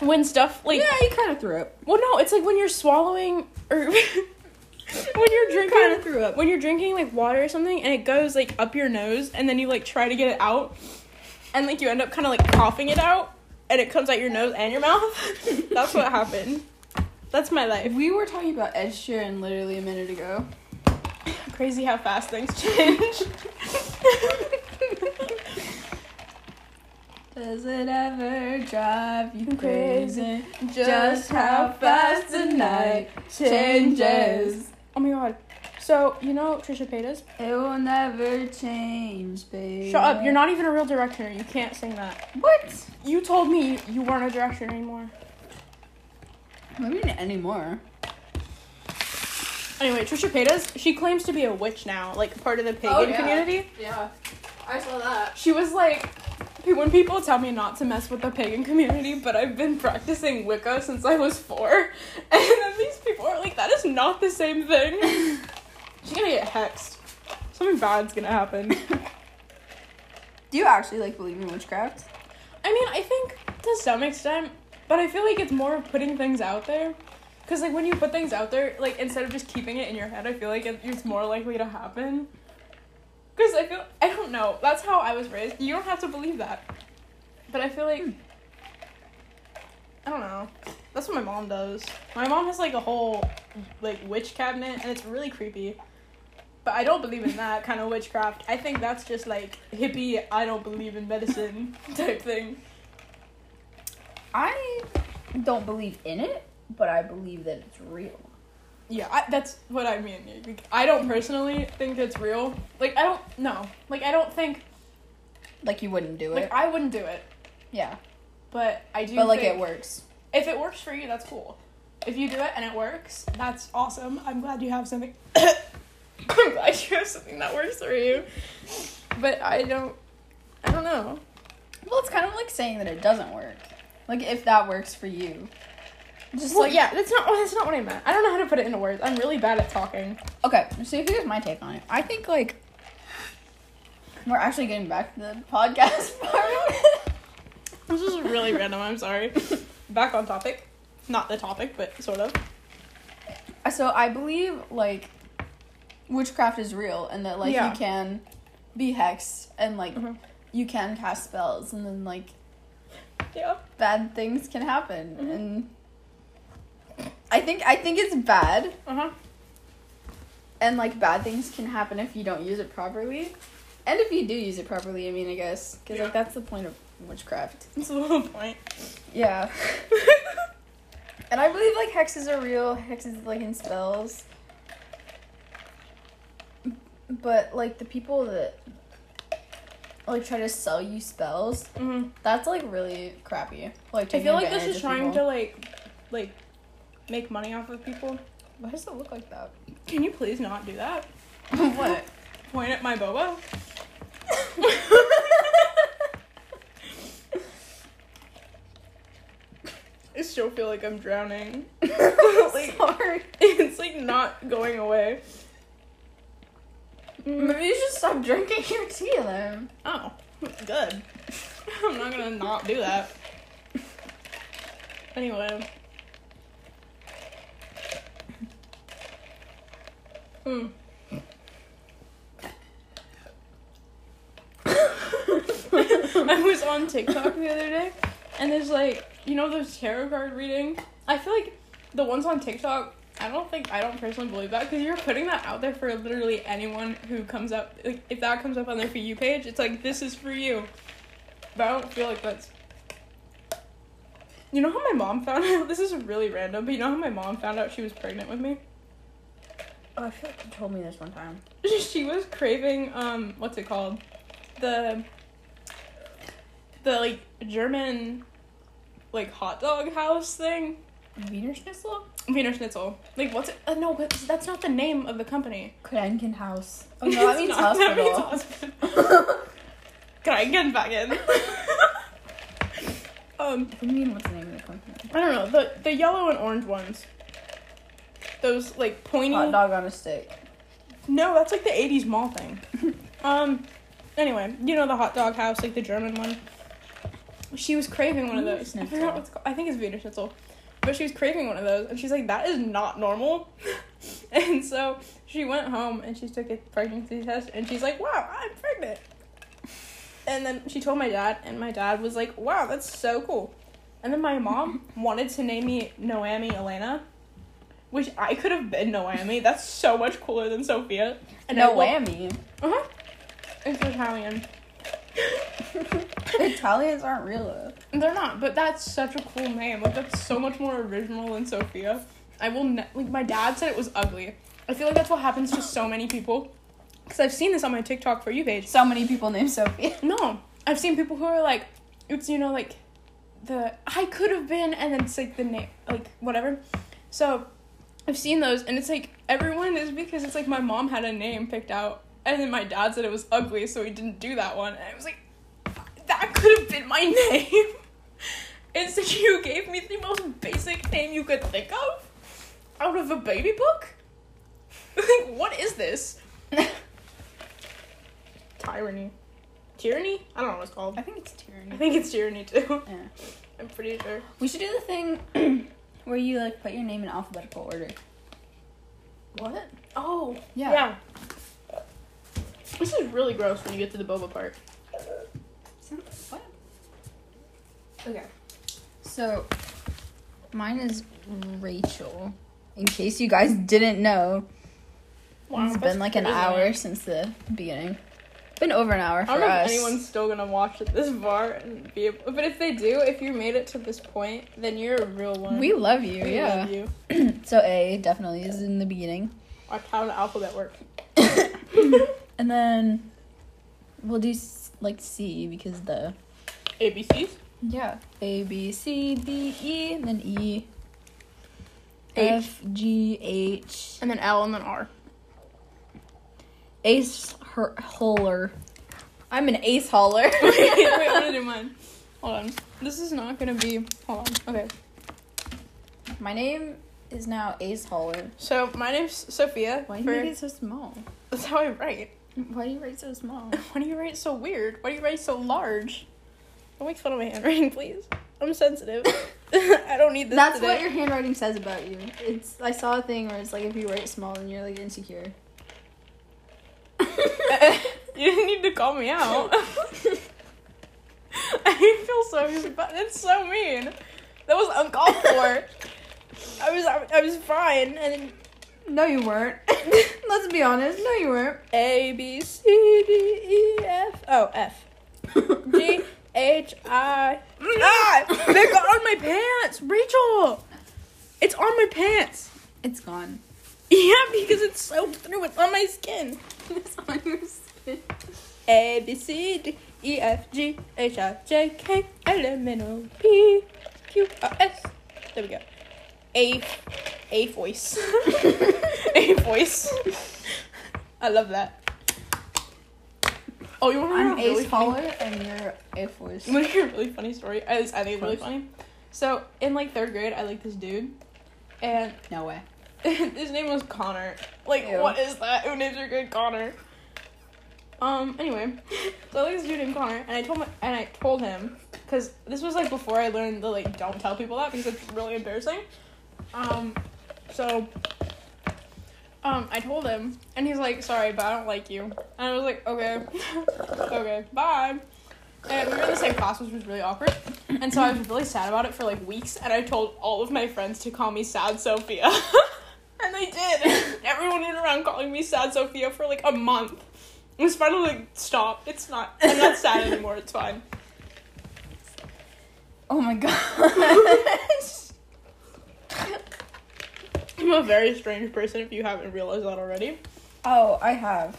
when stuff, like,
yeah, you kind of threw up.
Well, no, it's like when you're swallowing or when you're drinking
Kinda threw up.
when you're drinking like water or something and it goes like up your nose and then you like try to get it out and like you end up kind of like coughing it out and it comes out your nose and your mouth. That's what happened. That's my life.
We were talking about Ed Sheeran literally a minute ago.
Crazy how fast things change.
Does it ever drive you
Crazy.
crazy? Just how fast the night changes.
Oh my god. So, you know Trisha Paytas?
It will never change, babe.
Shut up. You're not even a real directioner. You can't sing that.
What?
You told me you weren't a directioner anymore.
Maybe not anymore.
Anyway, Trisha Paytas, she claims to be a witch now, like part of the pagan
Oh, yeah.
community.
Yeah, I saw that.
She was like, pe- when people tell me not to mess with the pagan community, but I've been practicing Wicca since I was four, and then these people are like, that is not the same thing. She's gonna get hexed. Something bad's gonna happen.
Do you actually like believe in witchcraft?
I mean, I think to some extent, but I feel like it's more of putting things out there. Because, like, when you put things out there, like, instead of just keeping it in your head, I feel like it, it's more likely to happen. Because I feel, I don't know, that's how I was raised. You don't have to believe that. But I feel like, I don't know. That's what my mom does. My mom has, like, a whole, like, witch cabinet, and it's really creepy. But I don't believe in that kind of witchcraft. I think that's just, like, hippie, I don't believe in medicine type thing.
I don't believe in it, but I believe that it's real.
Yeah, I, that's what I mean. Like, I don't personally think it's real. Like, I don't know. Like, I don't think.
Like you wouldn't do
Like,
it.
I wouldn't do it,
yeah.
but I do.
But like
think-
it works.
If it works for you, that's cool. If you do it and it works, that's awesome. I'm glad you have something. I'm glad you have something that works for you. But I don't. I don't know.
Well, it's kind of like saying that it doesn't work. Like if that works for you. Just
well,
like
yeah, that's not. That's not what I meant. I don't know how to put it into words. I'm really bad at talking.
Okay, so here's my take on it. I think like We're actually getting back to the podcast part.
This is really random. I'm sorry. Back on topic. Not the topic, but sort of.
so I believe like witchcraft is real and that like
Yeah.
you can be hexed and like
Mhm.
you can cast spells and then like
Yeah.
bad things can happen
Mm-hmm.
and I think I think it's bad
Uh huh.
and like bad things can happen if you don't use it properly. And if you do use it properly, I mean, I guess cuz
Yeah.
like that's the point of witchcraft.
That's the whole point.
Yeah. and I believe like hexes are real, hexes like in spells. But like the people that like try to sell you spells,
Mm-hmm.
that's like really crappy. Like
I
taking
feel like this
advantage
is
of
trying to
people.
like, like, make money off of people.
Why does it look like that?
Can you please not do that?
what?
Point at my boba. I still feel like I'm drowning.
Sorry.
It's like not going away.
Maybe you should stop drinking your tea then.
Oh, good. I'm not gonna not do that. Anyway. Hmm. I was on TikTok the other day, and there's like, you know, those tarot card reading. I feel like the ones on TikTok. I don't think I don't personally believe that because you're putting that out there for literally anyone who comes up. Like, if that comes up on their for you page, it's like this is for you. But I don't feel like that's. You know how my mom found out? This is really random, but you know how my mom found out she was pregnant with me?
Oh, I feel like you told me this one time.
she was craving um what's it called the the like german like hot dog house thing
Wiener Schnitzel?
wiener schnitzel like what's it uh, no but that's not the name of the company
Krankenhaus. Oh no, that
It's
means
not-
hospital.
that means hospital. Can I get back in? um,
I mean, what's the name of the company?
I don't know the the yellow and orange ones. Those like pointy.
Hot dog on a stick.
No, that's like the 80s mall thing. um, anyway, you know the hot dog house, like the German one. She was craving one of
Wiener
those. I
Schnitzel.
forgot what's called. I think it's Wiener Schnitzel. But she was craving one of those, and she's like, that is not normal. and so she went home and she took a pregnancy test, and she's like, wow, I'm pregnant. And then she told my dad, and my dad was like, wow, that's so cool. And then my mom wanted to name me Noemi Elena, which I could have been Noemi. That's so much cooler than Sophia. And
no
way.
whammy.
Uh huh. It's Italian.
Italians aren't real though.
They're not, but that's such a cool name. Like that's so much more original than Sophia. I will ne- like my dad said it was ugly. I feel like that's what happens to so many people. Cause I've seen this on my TikTok for you page.
So many people named Sophie.
No, I've seen people who are like, it's you know like, the I could have been, and then it's like the name, like whatever. So, I've seen those, and it's like everyone is because it's like my mom had a name picked out, and then my dad said it was ugly, so he didn't do that one, and I was like, that could have been my name. It's like you gave me the most basic name you could think of out of a baby book. Like, what is this? Tyranny. Tyranny? I don't know what it's called.
I think it's
I
tyranny.
think it's tyranny too.
Yeah.
I'm pretty sure.
We should do the thing where you like put your name in alphabetical order.
What? Oh.
Yeah.
This is really gross when you get to the boba part.
What? Okay. So mine is Rachel. In case you guys didn't know, it's been like an hour since the beginning. Been over an hour for
I don't know
us.
if anyone's still gonna watch it this far and be able, but if they do, if you made it to this point, then you're a real one.
we love you,
We
yeah.
love you.
So A definitely is in the beginning.
Our town alphabet works.
And then we'll do s- like C because the
ABCs.
yeah A B C D E and then E
H.
F G H
And then L and then R.
Ace her- holer. I'm an ace holer.
wait, wait, I'm gonna do mine. Hold on. This is not gonna be. Hold on. Okay.
My name is now Ace Holler.
So my name's Sophia.
Why do
for-
you make it so small?
That's how I write.
Why do you write so small?
Why do you write so weird? Why do you write so large? Don't make fun of my handwriting, please. I'm sensitive. I don't need this.
That's
today.
what your handwriting says about you. It's I saw a thing where it's like if you write small, then you're like insecure.
you didn't need to call me out.
Oh.
I feel so bad. That's so mean. That was uncalled for. I was I, was fine and
no, you weren't. Let's be honest. No, you weren't.
A B C D E F oh F G H I ah they got on my pants Rachel it's on my pants
It's gone.
yeah because it's soaked through it's on my skin
It's on your skin.
A B C D E F G H I J K L M N O P Q R S. There we go. A A voice. a voice. I love that. Oh, you want to hear
I'm
a really
Ace
funny?
Holler, and you're A Force.
You want to hear a really funny story? I, I think it's really
course.
funny. So in like third grade, I like this dude, and
No way.
his name was Connor. Like,
Ew.
what is that? Who names your kid Connor? Um. Anyway, so I like this dude named Connor, and I told my, and I told him because this was like before I learned the like don't tell people that because it's really embarrassing. Um. So. Um. I told him, and he's like, "Sorry, but I don't like you." And I was like, "Okay, okay, bye." And we were in the same class, which was really awkward. And so I was really sad about it for like weeks, and I told all of my friends to call me Sad Sophia. and they did. Everyone went around calling me Sad Sophia for like a month. It was finally like, stop. It's not, I'm not sad anymore. It's fine.
Oh my gosh.
I'm a very strange person if you haven't realized that already.
oh, I have.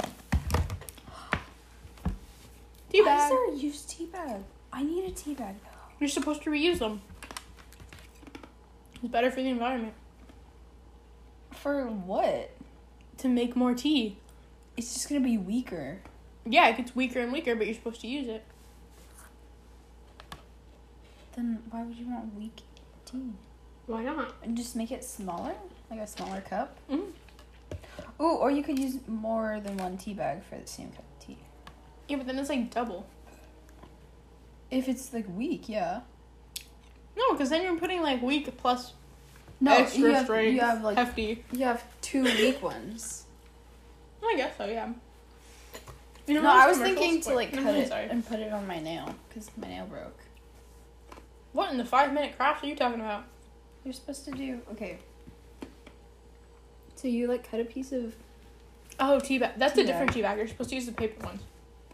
Too
Why is
bad.
there a used tea bag? I need a tea bag though.
You're supposed to reuse them. It's better for the environment.
For what?
To make more tea.
It's just gonna be weaker.
Yeah, it gets weaker and weaker, but you're supposed to use it.
Then why would you want weak tea?
Why not?
And just make it smaller, like a smaller cup.
Mm.
Ooh, or you could use more than one tea bag for the same cup of tea.
Yeah, but then it's like double.
If it's like weak, yeah.
No, because then you're putting like weak plus
No,
extra
you have,
strength,
you have like
hefty.
you have two weak ones.
I guess so, yeah. You
No,
those
I was
commercials?
thinking to
Wait,
like
no,
cut
I'm
it
sorry.
and put it on my nail because my nail broke.
What in the five minute craft are you talking about?
You're supposed to do okay. So you like cut a piece of
Oh, tea bag. That's a
Tea
different tea bag. You're supposed to use the paper ones.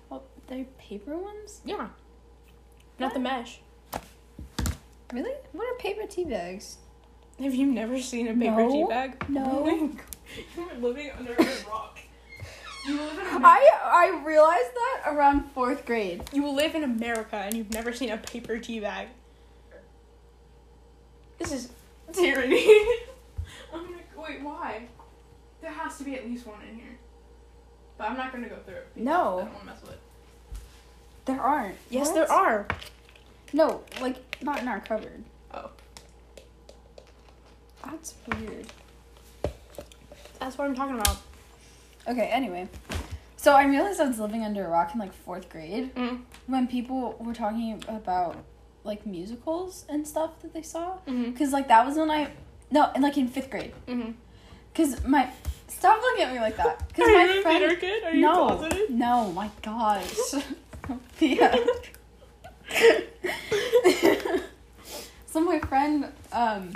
well, they're paper ones.
Yeah. Not the mesh.
Really? What are paper tea bags?
Have you never seen a paper tea
No.
bag?
No.
You're living under a rock. You live, in America,
I I realized that around fourth grade.
you live in America and you've never seen a paper tea bag. This is tyranny. I'm gonna, wait, why? There has to be at least one in here. But I'm not gonna go through it. I
No,
don't wanna mess with it.
there aren't.
Yes,
What?
there are.
No, like not in our cupboard.
Oh.
That's weird.
That's what I'm talking about.
Okay, anyway. So I realized I was living under a rock in like fourth grade
Mm-hmm,
when people were talking about like musicals and stuff that they saw.
Mm-hmm.
Cause like that was when I no, and like in fifth grade.
Mm-hmm.
Cause my stop looking at me like that. Cause my friend
kid? Are
no, no, my gosh, Sophia. so my friend um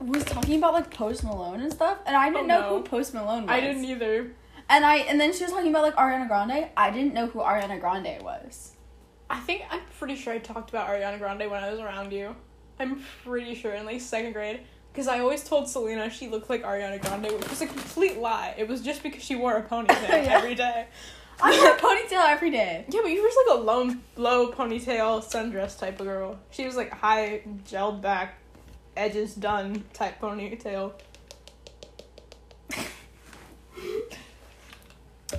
was talking about like Post Malone and stuff, and I didn't
Oh,
know
no.
who Post Malone was.
I didn't e- either.
And I and then she was talking about like Ariana Grande. I didn't know who Ariana Grande was.
I think I'm pretty sure I talked about Ariana Grande when I was around you. I'm pretty sure in like second grade. Because I always told Selena she looked like Ariana Grande, which was a complete lie. It was just because she wore a ponytail
Yeah.
every day.
I had a ponytail every day.
Yeah, but you were just like a low, low ponytail sundress type of girl. She was like high, gelled back, edges done type ponytail.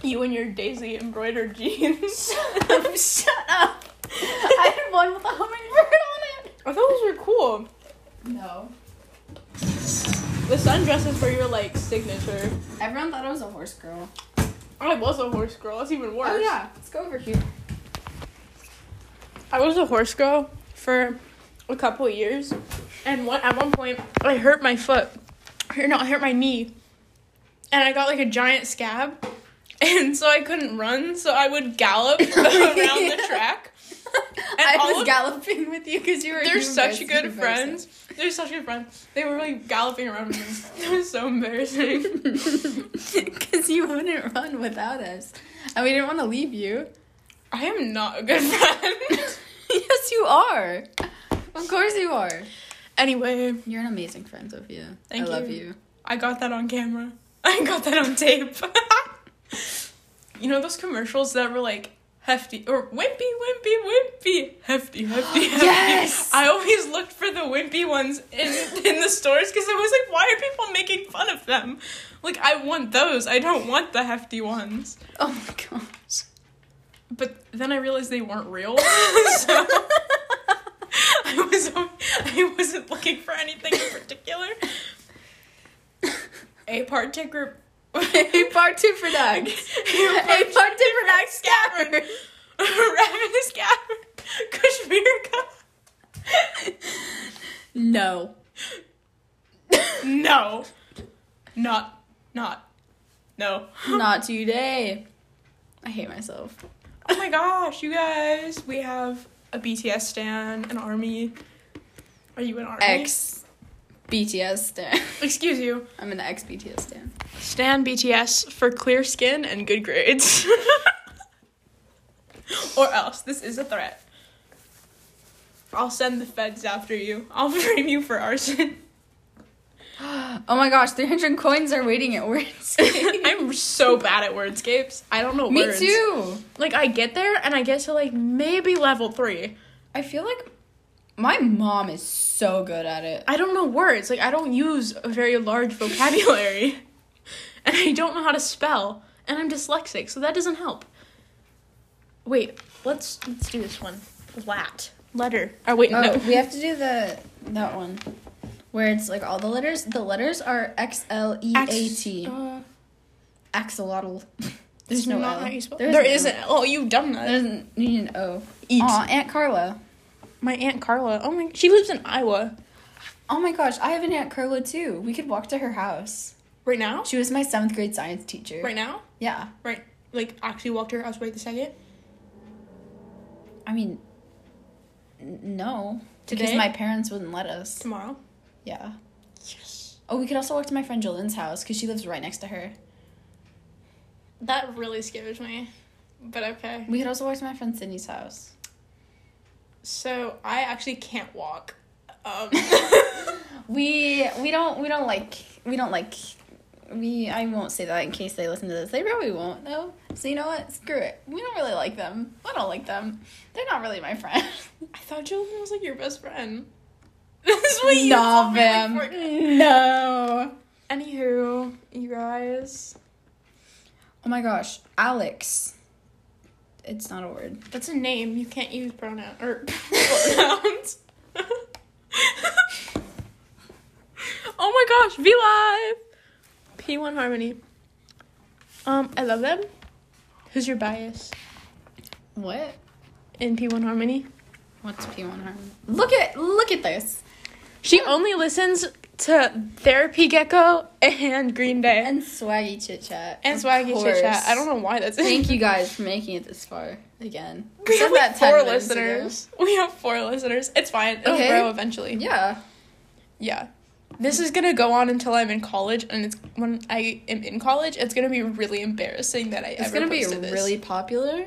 you and your daisy embroidered jeans.
Shut up. I had one with a hummingbird on it.
I thought those were cool.
No.
The sundresses were your like signature.
Everyone thought I was a horse girl.
I was a horse girl. That's even worse.
Oh yeah, let's go over here.
I was a horse girl for a couple years, and one, at one point I hurt my foot, or no, I hurt my knee, and I got like a giant scab, and so I couldn't run, so I would gallop around the track. And
I
all
was
of-
galloping with you because you were.
they're such
embarrassing-
good
embarrassing.
friends. They're such good friends. They were like galloping around me. It was so embarrassing.
Because you wouldn't run without us, and we didn't want to leave you.
I am not a good friend.
yes, you are. Of course you are.
anyway,
You're an amazing friend, Sophia. I
Thank
love
you.
you.
I got that on camera. I got that on tape. you know those commercials that were like hefty or wimpy, wimpy, wimpy, hefty, hefty, hefty.
Yes!
I always looked for the wimpy ones in in the stores because I was like, why are people making fun of them? Like I want those. I don't want the hefty ones.
Oh my gosh.
But then I realized they weren't real. so I was I wasn't looking for anything in particular. A particular
a part two for Doug. a part two for Doug Scabber.
ravenous cat Kushmirka.
No.
No. Not not no.
Not today. I hate myself.
Oh my gosh, you guys. We have a BTS stan, an army. Are you an army?
Ex BTS stan.
Excuse you.
I'm an ex BTS stan.
Stan BTS for clear skin and good grades. or else, this is a threat. I'll send the feds after you. I'll frame you for arson.
Oh my gosh, 300 coins are waiting at words.
I'm so bad at wordscapes. I don't know
Me
words.
too.
Like I get there and I get to like maybe level three.
I feel like my mom is so good at it.
I don't know words. Like I don't use a very large vocabulary. and I don't know how to spell. And I'm dyslexic, so that doesn't help. Wait, let's let's do this one. Lat. Letter. Oh wait,
Oh,
no.
we have to do the that one where it's like all the letters. The letters are X L E A T.
Uh,
Axolotl.
There's
no
not
L.
how you spell.
There
There
is
isn't. Oh, you dumb nut.
There's an, you need an O.
Eat.
Aw, Aunt Carla.
My aunt Carla. Oh my. She lives in Iowa
Oh my gosh, I have an Aunt Carla too. We could walk to her house.
right now.
She was my seventh grade science teacher.
Right now.
Yeah.
Right. Like actually walked to her house right the second.
I mean, n- no. Because
Today?
my parents wouldn't let us.
Tomorrow.
Yeah.
Yes.
Oh, we could also walk to my friend Jolyn's house because she lives right next to her.
That really scares me. But okay.
We could also walk to my friend Sydney's house.
So I actually can't walk. Um,
We we don't we don't like we don't like we I won't say that in case they listen to this. They probably won't though. So you know what? Screw it. We don't really like them. I don't like them. They're not really my friend.
I thought Jolene was like your best friend. This is what you
Nah,
told me, like,
Vim.
four-
No.
Anywho, you guys,
Oh my gosh, Alex. It's not a word.
that's a name. You can't use pronoun or pronouns. oh my gosh, V Live, P One Harmony. Um, I love them. Who's your bias
What?
in P One Harmony?
What's P one harm? Look at look at this.
She only listens to Therapy Gecko and Green Day.
And swaggy chit chat.
And swaggy chit chat. I don't know why that's
Thank you guys for making it this far again.
We
Said
have like
that 10
four
minutes ago.
listeners. We have four listeners. It's fine. It'll
Okay.
grow eventually.
Yeah.
Yeah. This is gonna go on until I'm in college, and it's when I am in college, it's gonna be really embarrassing that I
It's
ever
gonna be
posted this.
really popular,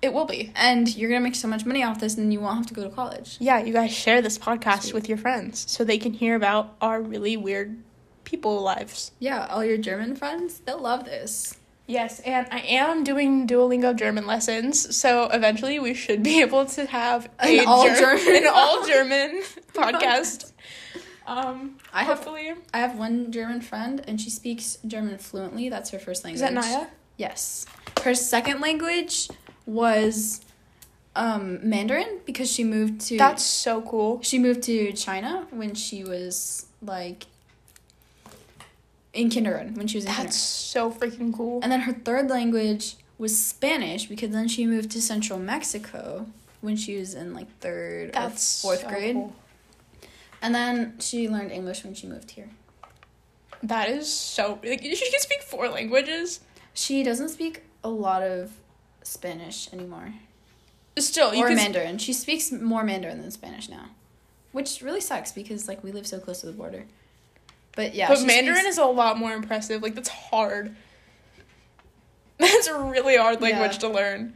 It will be.
and you're gonna make so much money off this, and you won't have to go to college.
Yeah, you guys share this podcast with your friends so they can hear about our really weird people lives.
Yeah, all your German friends, they'll love this.
Yes, and I am doing Duolingo German lessons, so eventually we should be able to have
An
a
all
Ger-
German-
an all German podcast. Um,
I have-
hopefully
I have one German friend, and she speaks German fluently. That's her first language.
is that Naya?
Yes. Her second language was um, Mandarin because she moved to
That's so cool.
she moved to China when she was like in kindergarten when she was in
That's so freaking cool.
kindergarten. And then her third language was Spanish because then she moved to Central Mexico when she was in like third
That's
or fourth
so
grade.
cool.
And then she learned English when she moved here.
That is so like she can speak four languages.
She doesn't speak a lot of Spanish anymore.
Still, Oh, you
or
can
Mandarin. She speaks more Mandarin than Spanish now. Which really sucks because like we live so close to the border. But yeah,
but
she
Mandarin
speaks-
is a lot more impressive. Like that's hard. That's a really hard language
Yeah.
to learn.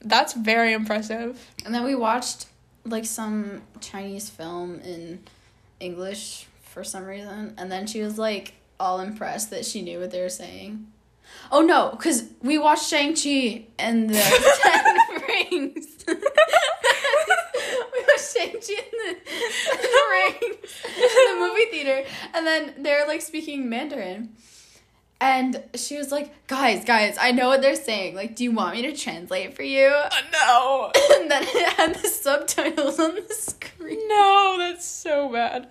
That's very impressive.
And then we watched like some Chinese film in English for some reason, and then she was like all impressed that she knew what they were saying. Oh no, because we watched Shang Chi and the Ten Rings. we watched Shang Chi and the Ten Rings in the movie theater, and then they're like speaking Mandarin. And she was like, guys, guys, I know what they're saying. Like, do you want me to translate for you?
Uh, no,
and then it had the subtitles on the screen.
no, that's so bad.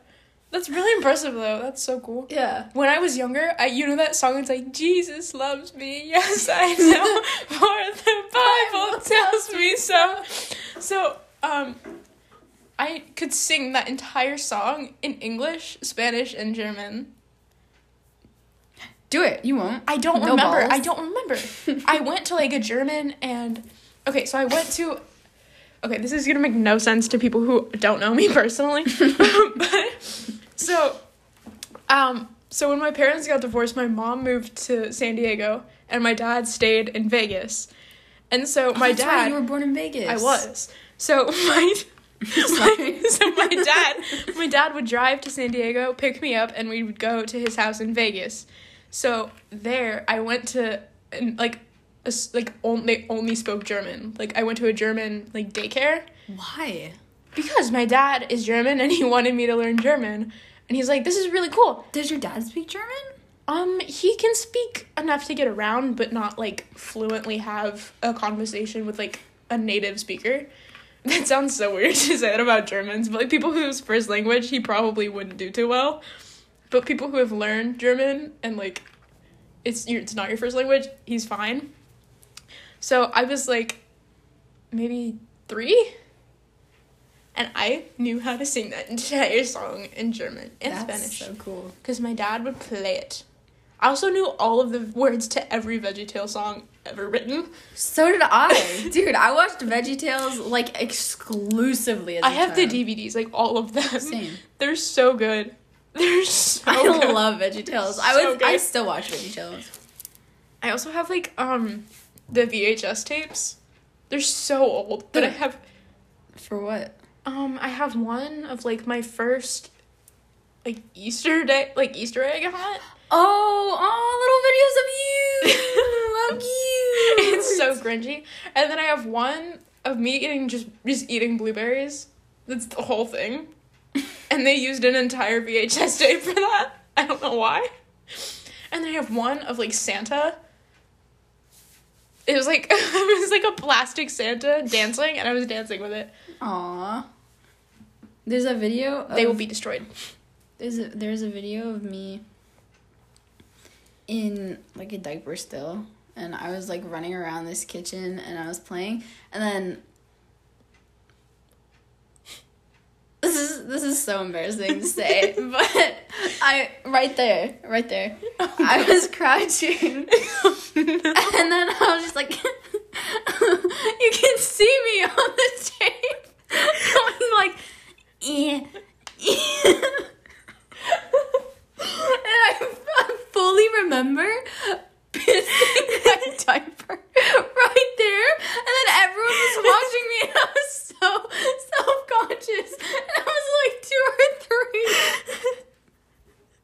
That's really impressive though. That's so cool.
Yeah.
When I was younger, I you know that song. It's like Jesus loves me. Yes, I know, for the Bible tells me so. So, um, I could sing that entire song in English, Spanish, and German.
Do it. You won't.
I don't
No
remember.
balls.
I don't remember. I went to like a German and okay, so I went to okay, this is gonna make no sense to people who don't know me personally. but so um so when my parents got divorced, my mom moved to San Diego and my dad stayed in Vegas. And so my
Oh, That's right,
dad
you were born in Vegas.
I was. So my, my so my dad my dad would drive to San Diego, pick me up, and we would go to his house in Vegas. So there, I went to and like a s like on, they only spoke German. Like I went to a German like daycare
Why?
because my dad is German and he wanted me to learn German. And he's like, "This is really cool.
Does your dad speak German?
Um, he can speak enough to get around, but not like fluently have a conversation with like a native speaker. That sounds so weird to say that about Germans, but like people whose first language he probably wouldn't do too well. But people who have learned German and like it's your, it's not your first language, he's fine. So I was like maybe three, and I knew how to sing that entire song in German and Spanish
so cool.
because my dad would play it. I also knew all of the words to every VeggieTale song ever written.
So did I, dude. I watched VeggieTales like exclusively. As a
I have
child.
the DVDs, like all of them.
Same.
They're so good. They're so
I
good.
love VeggieTales. I
So
was. I
good.
still watch VeggieTales.
I also have like um the VHS tapes. They're so old, but I have
For what?
um I have one of like my first like Easter day like Easter egg hunt.
Oh, oh, little videos of you. I'm cute.
it's so cringy. And then I have one of me eating just just eating blueberries. That's the whole thing. and they used an entire VHS tape for that. I don't know why. And then I have one of like Santa. It was like it was like a plastic Santa dancing, and I was dancing with it.
Aw. There's a video. Of
They will be destroyed.
There's a, there's a video of me in like a diaper still, and I was like running around this kitchen and I was playing, and then this is this is so embarrassing to say, but I right there, right there, I was crouching, and then I was just like, you can see me on the tape, going like, yeah. and I, I fully remember pissing my diaper right there, and then everyone was watching me, and I was so self conscious. And I was like two or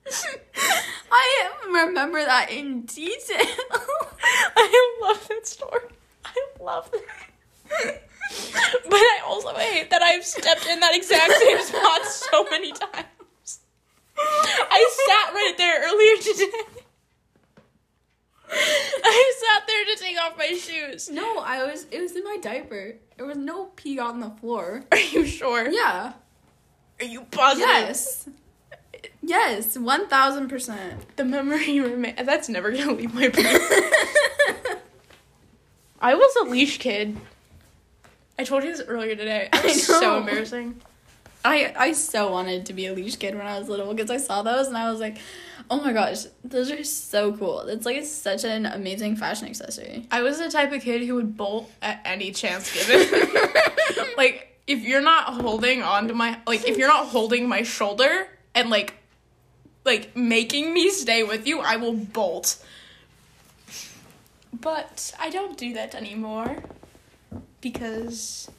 three. I remember that in detail.
I love that story. I love that. but I also hate that I've stepped in that exact same spot so many times. I sat right there earlier today. I sat there to take off my shoes.
no, I was. It was in my diaper. There was no pee on the floor.
Are you sure?
Yeah.
Are you positive?
Yes. Yes, 1000%.
The memory remains. That's never gonna leave my brain. I was a leash kid. I told you this earlier today. It
I
was
know.
so embarrassing.
I I so wanted to be a leash kid when I was little because I saw those and I was like, "Oh my gosh, those are so cool." It's like it's such an amazing fashion accessory.
I was the type of kid who would bolt at any chance given. like, if you're not holding on to my like if you're not holding my shoulder and like like making me stay with you, I will bolt. But I don't do that anymore because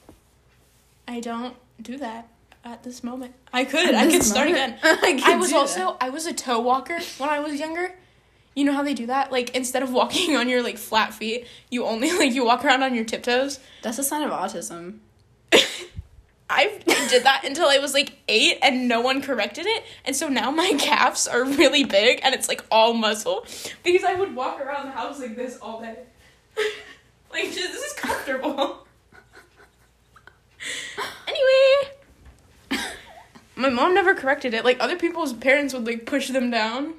I don't do that at this moment. I could. I could start again.
I,
I was also I was a toe walker when I was younger. You know how they do that? Like instead of walking on your like flat feet, you only like you walk around on your tiptoes.
that's a sign of autism.
I did that until I was like eight and no one corrected it. And so now my calves are really big and it's like all muscle because I would walk around the house like this all day. like, just, this is comfortable. anyway, my mom never corrected it. Like, other people's parents would like push them down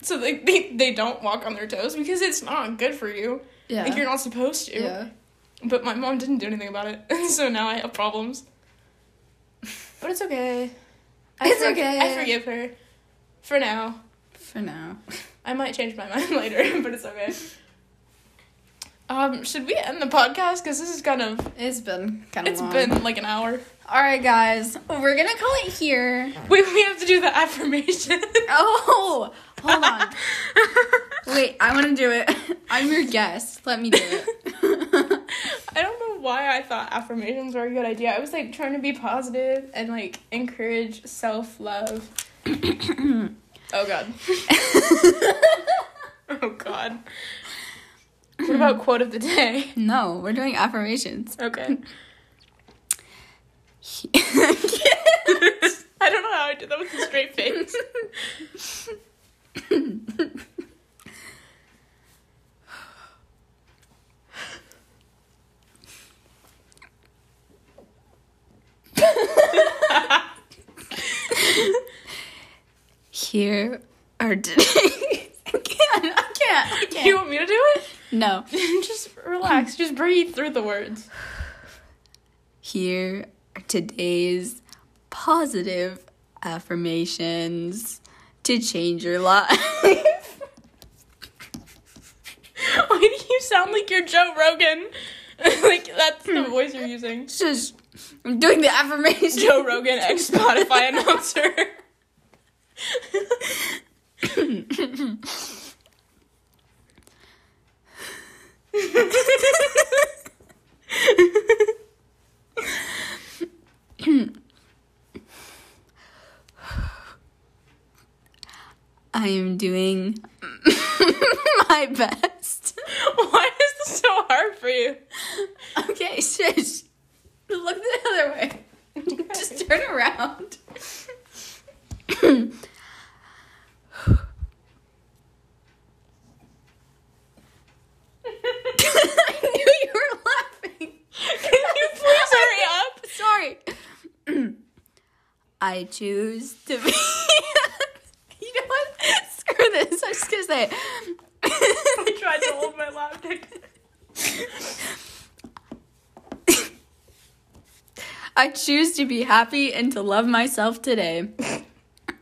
so like, they, they don't walk on their toes because it's not good for you.
Yeah.
Like, you're not supposed to.
yeah.
But my mom didn't do anything about it, and so now I have problems. But it's okay. I
It's
forg-
okay.
I forgive her. For now.
For now.
I might change my mind later, but it's okay. Um, should we end the podcast? Because this is kind of.
It's been kind of
It's
long.
been like an hour.
All right, guys. We're going to call it here.
Wait, we have to do the affirmation.
Oh, hold on. Wait, I want to do it. I'm your guest. Let me do it.
I don't know why I thought affirmations were a good idea. I was like trying to be positive and like encourage self love. oh god. oh god. What about quote of the day?
no, we're doing affirmations.
Okay. I don't know how I did that with a straight face.
Here are today. I can't. I can't. I can't.
You want me to do
no.
it? Just relax. Just breathe through the words.
Here are today's positive affirmations to change your life.
Why do you sound like you're Joe Rogan? like that's the voice you're using.
Just I'm doing the affirmations.
Joe Rogan ex Spotify announcer.
I am doing my best.
Why is this so hard for you?
Okay, shush. Look the other way. Just turn around. I knew you were laughing.
Can you please hurry up?
Sorry. I choose to be. you know what? Screw this. I'm just gonna say it.
I tried to hold my laugh.
I choose to be happy and to love myself today.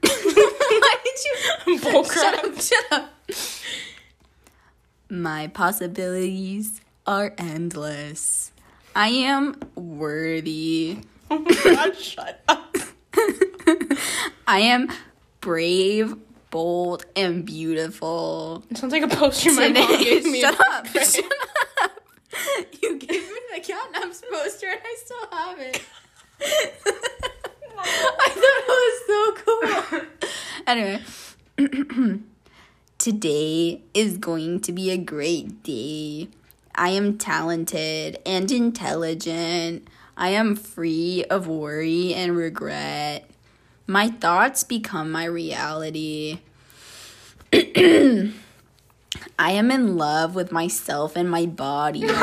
Why did you?
Bull
Shut
crap.
up! Shut up! My possibilities are endless. I am worthy.
Oh my god, shut up.
I am brave, bold, and beautiful.
It sounds like a poster my mom gave me.
Shut up! Shut up! You gave me the Count Nups poster and I still have it. I thought it was so cool. Anyway, today is going to be a great day. I am talented and intelligent. I am free of worry and regret. My thoughts become my reality. I am in love with myself and my body.
Who wrote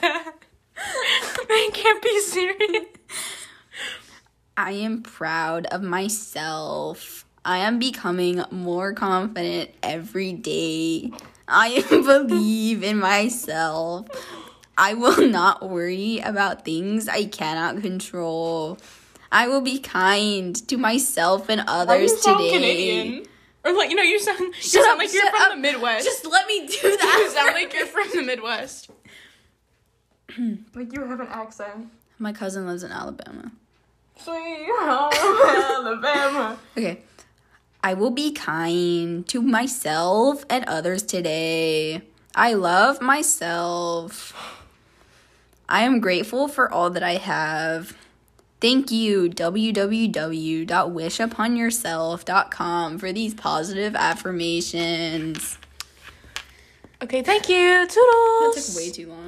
that? I can't be serious.
I am proud of myself. I am becoming more confident every day. I believe in myself. I will not worry about things I cannot control. I will be kind to myself and others
you sound
today.
Canadian. Or like you know, you sound you
Shut
sound
up,
like you're
shut
from
up.
the Midwest.
Just let me do
you
that.
sound like you're from the Midwest. like you have an accent.
My cousin lives in Alabama.
Sweet home Alabama.
Okay. I will be kind to myself and others today. I love myself. I am grateful for all that I have. Thank you, www.wishuponyourself.com, for these positive affirmations.
Okay, thank you. Toodles.
That took way too long.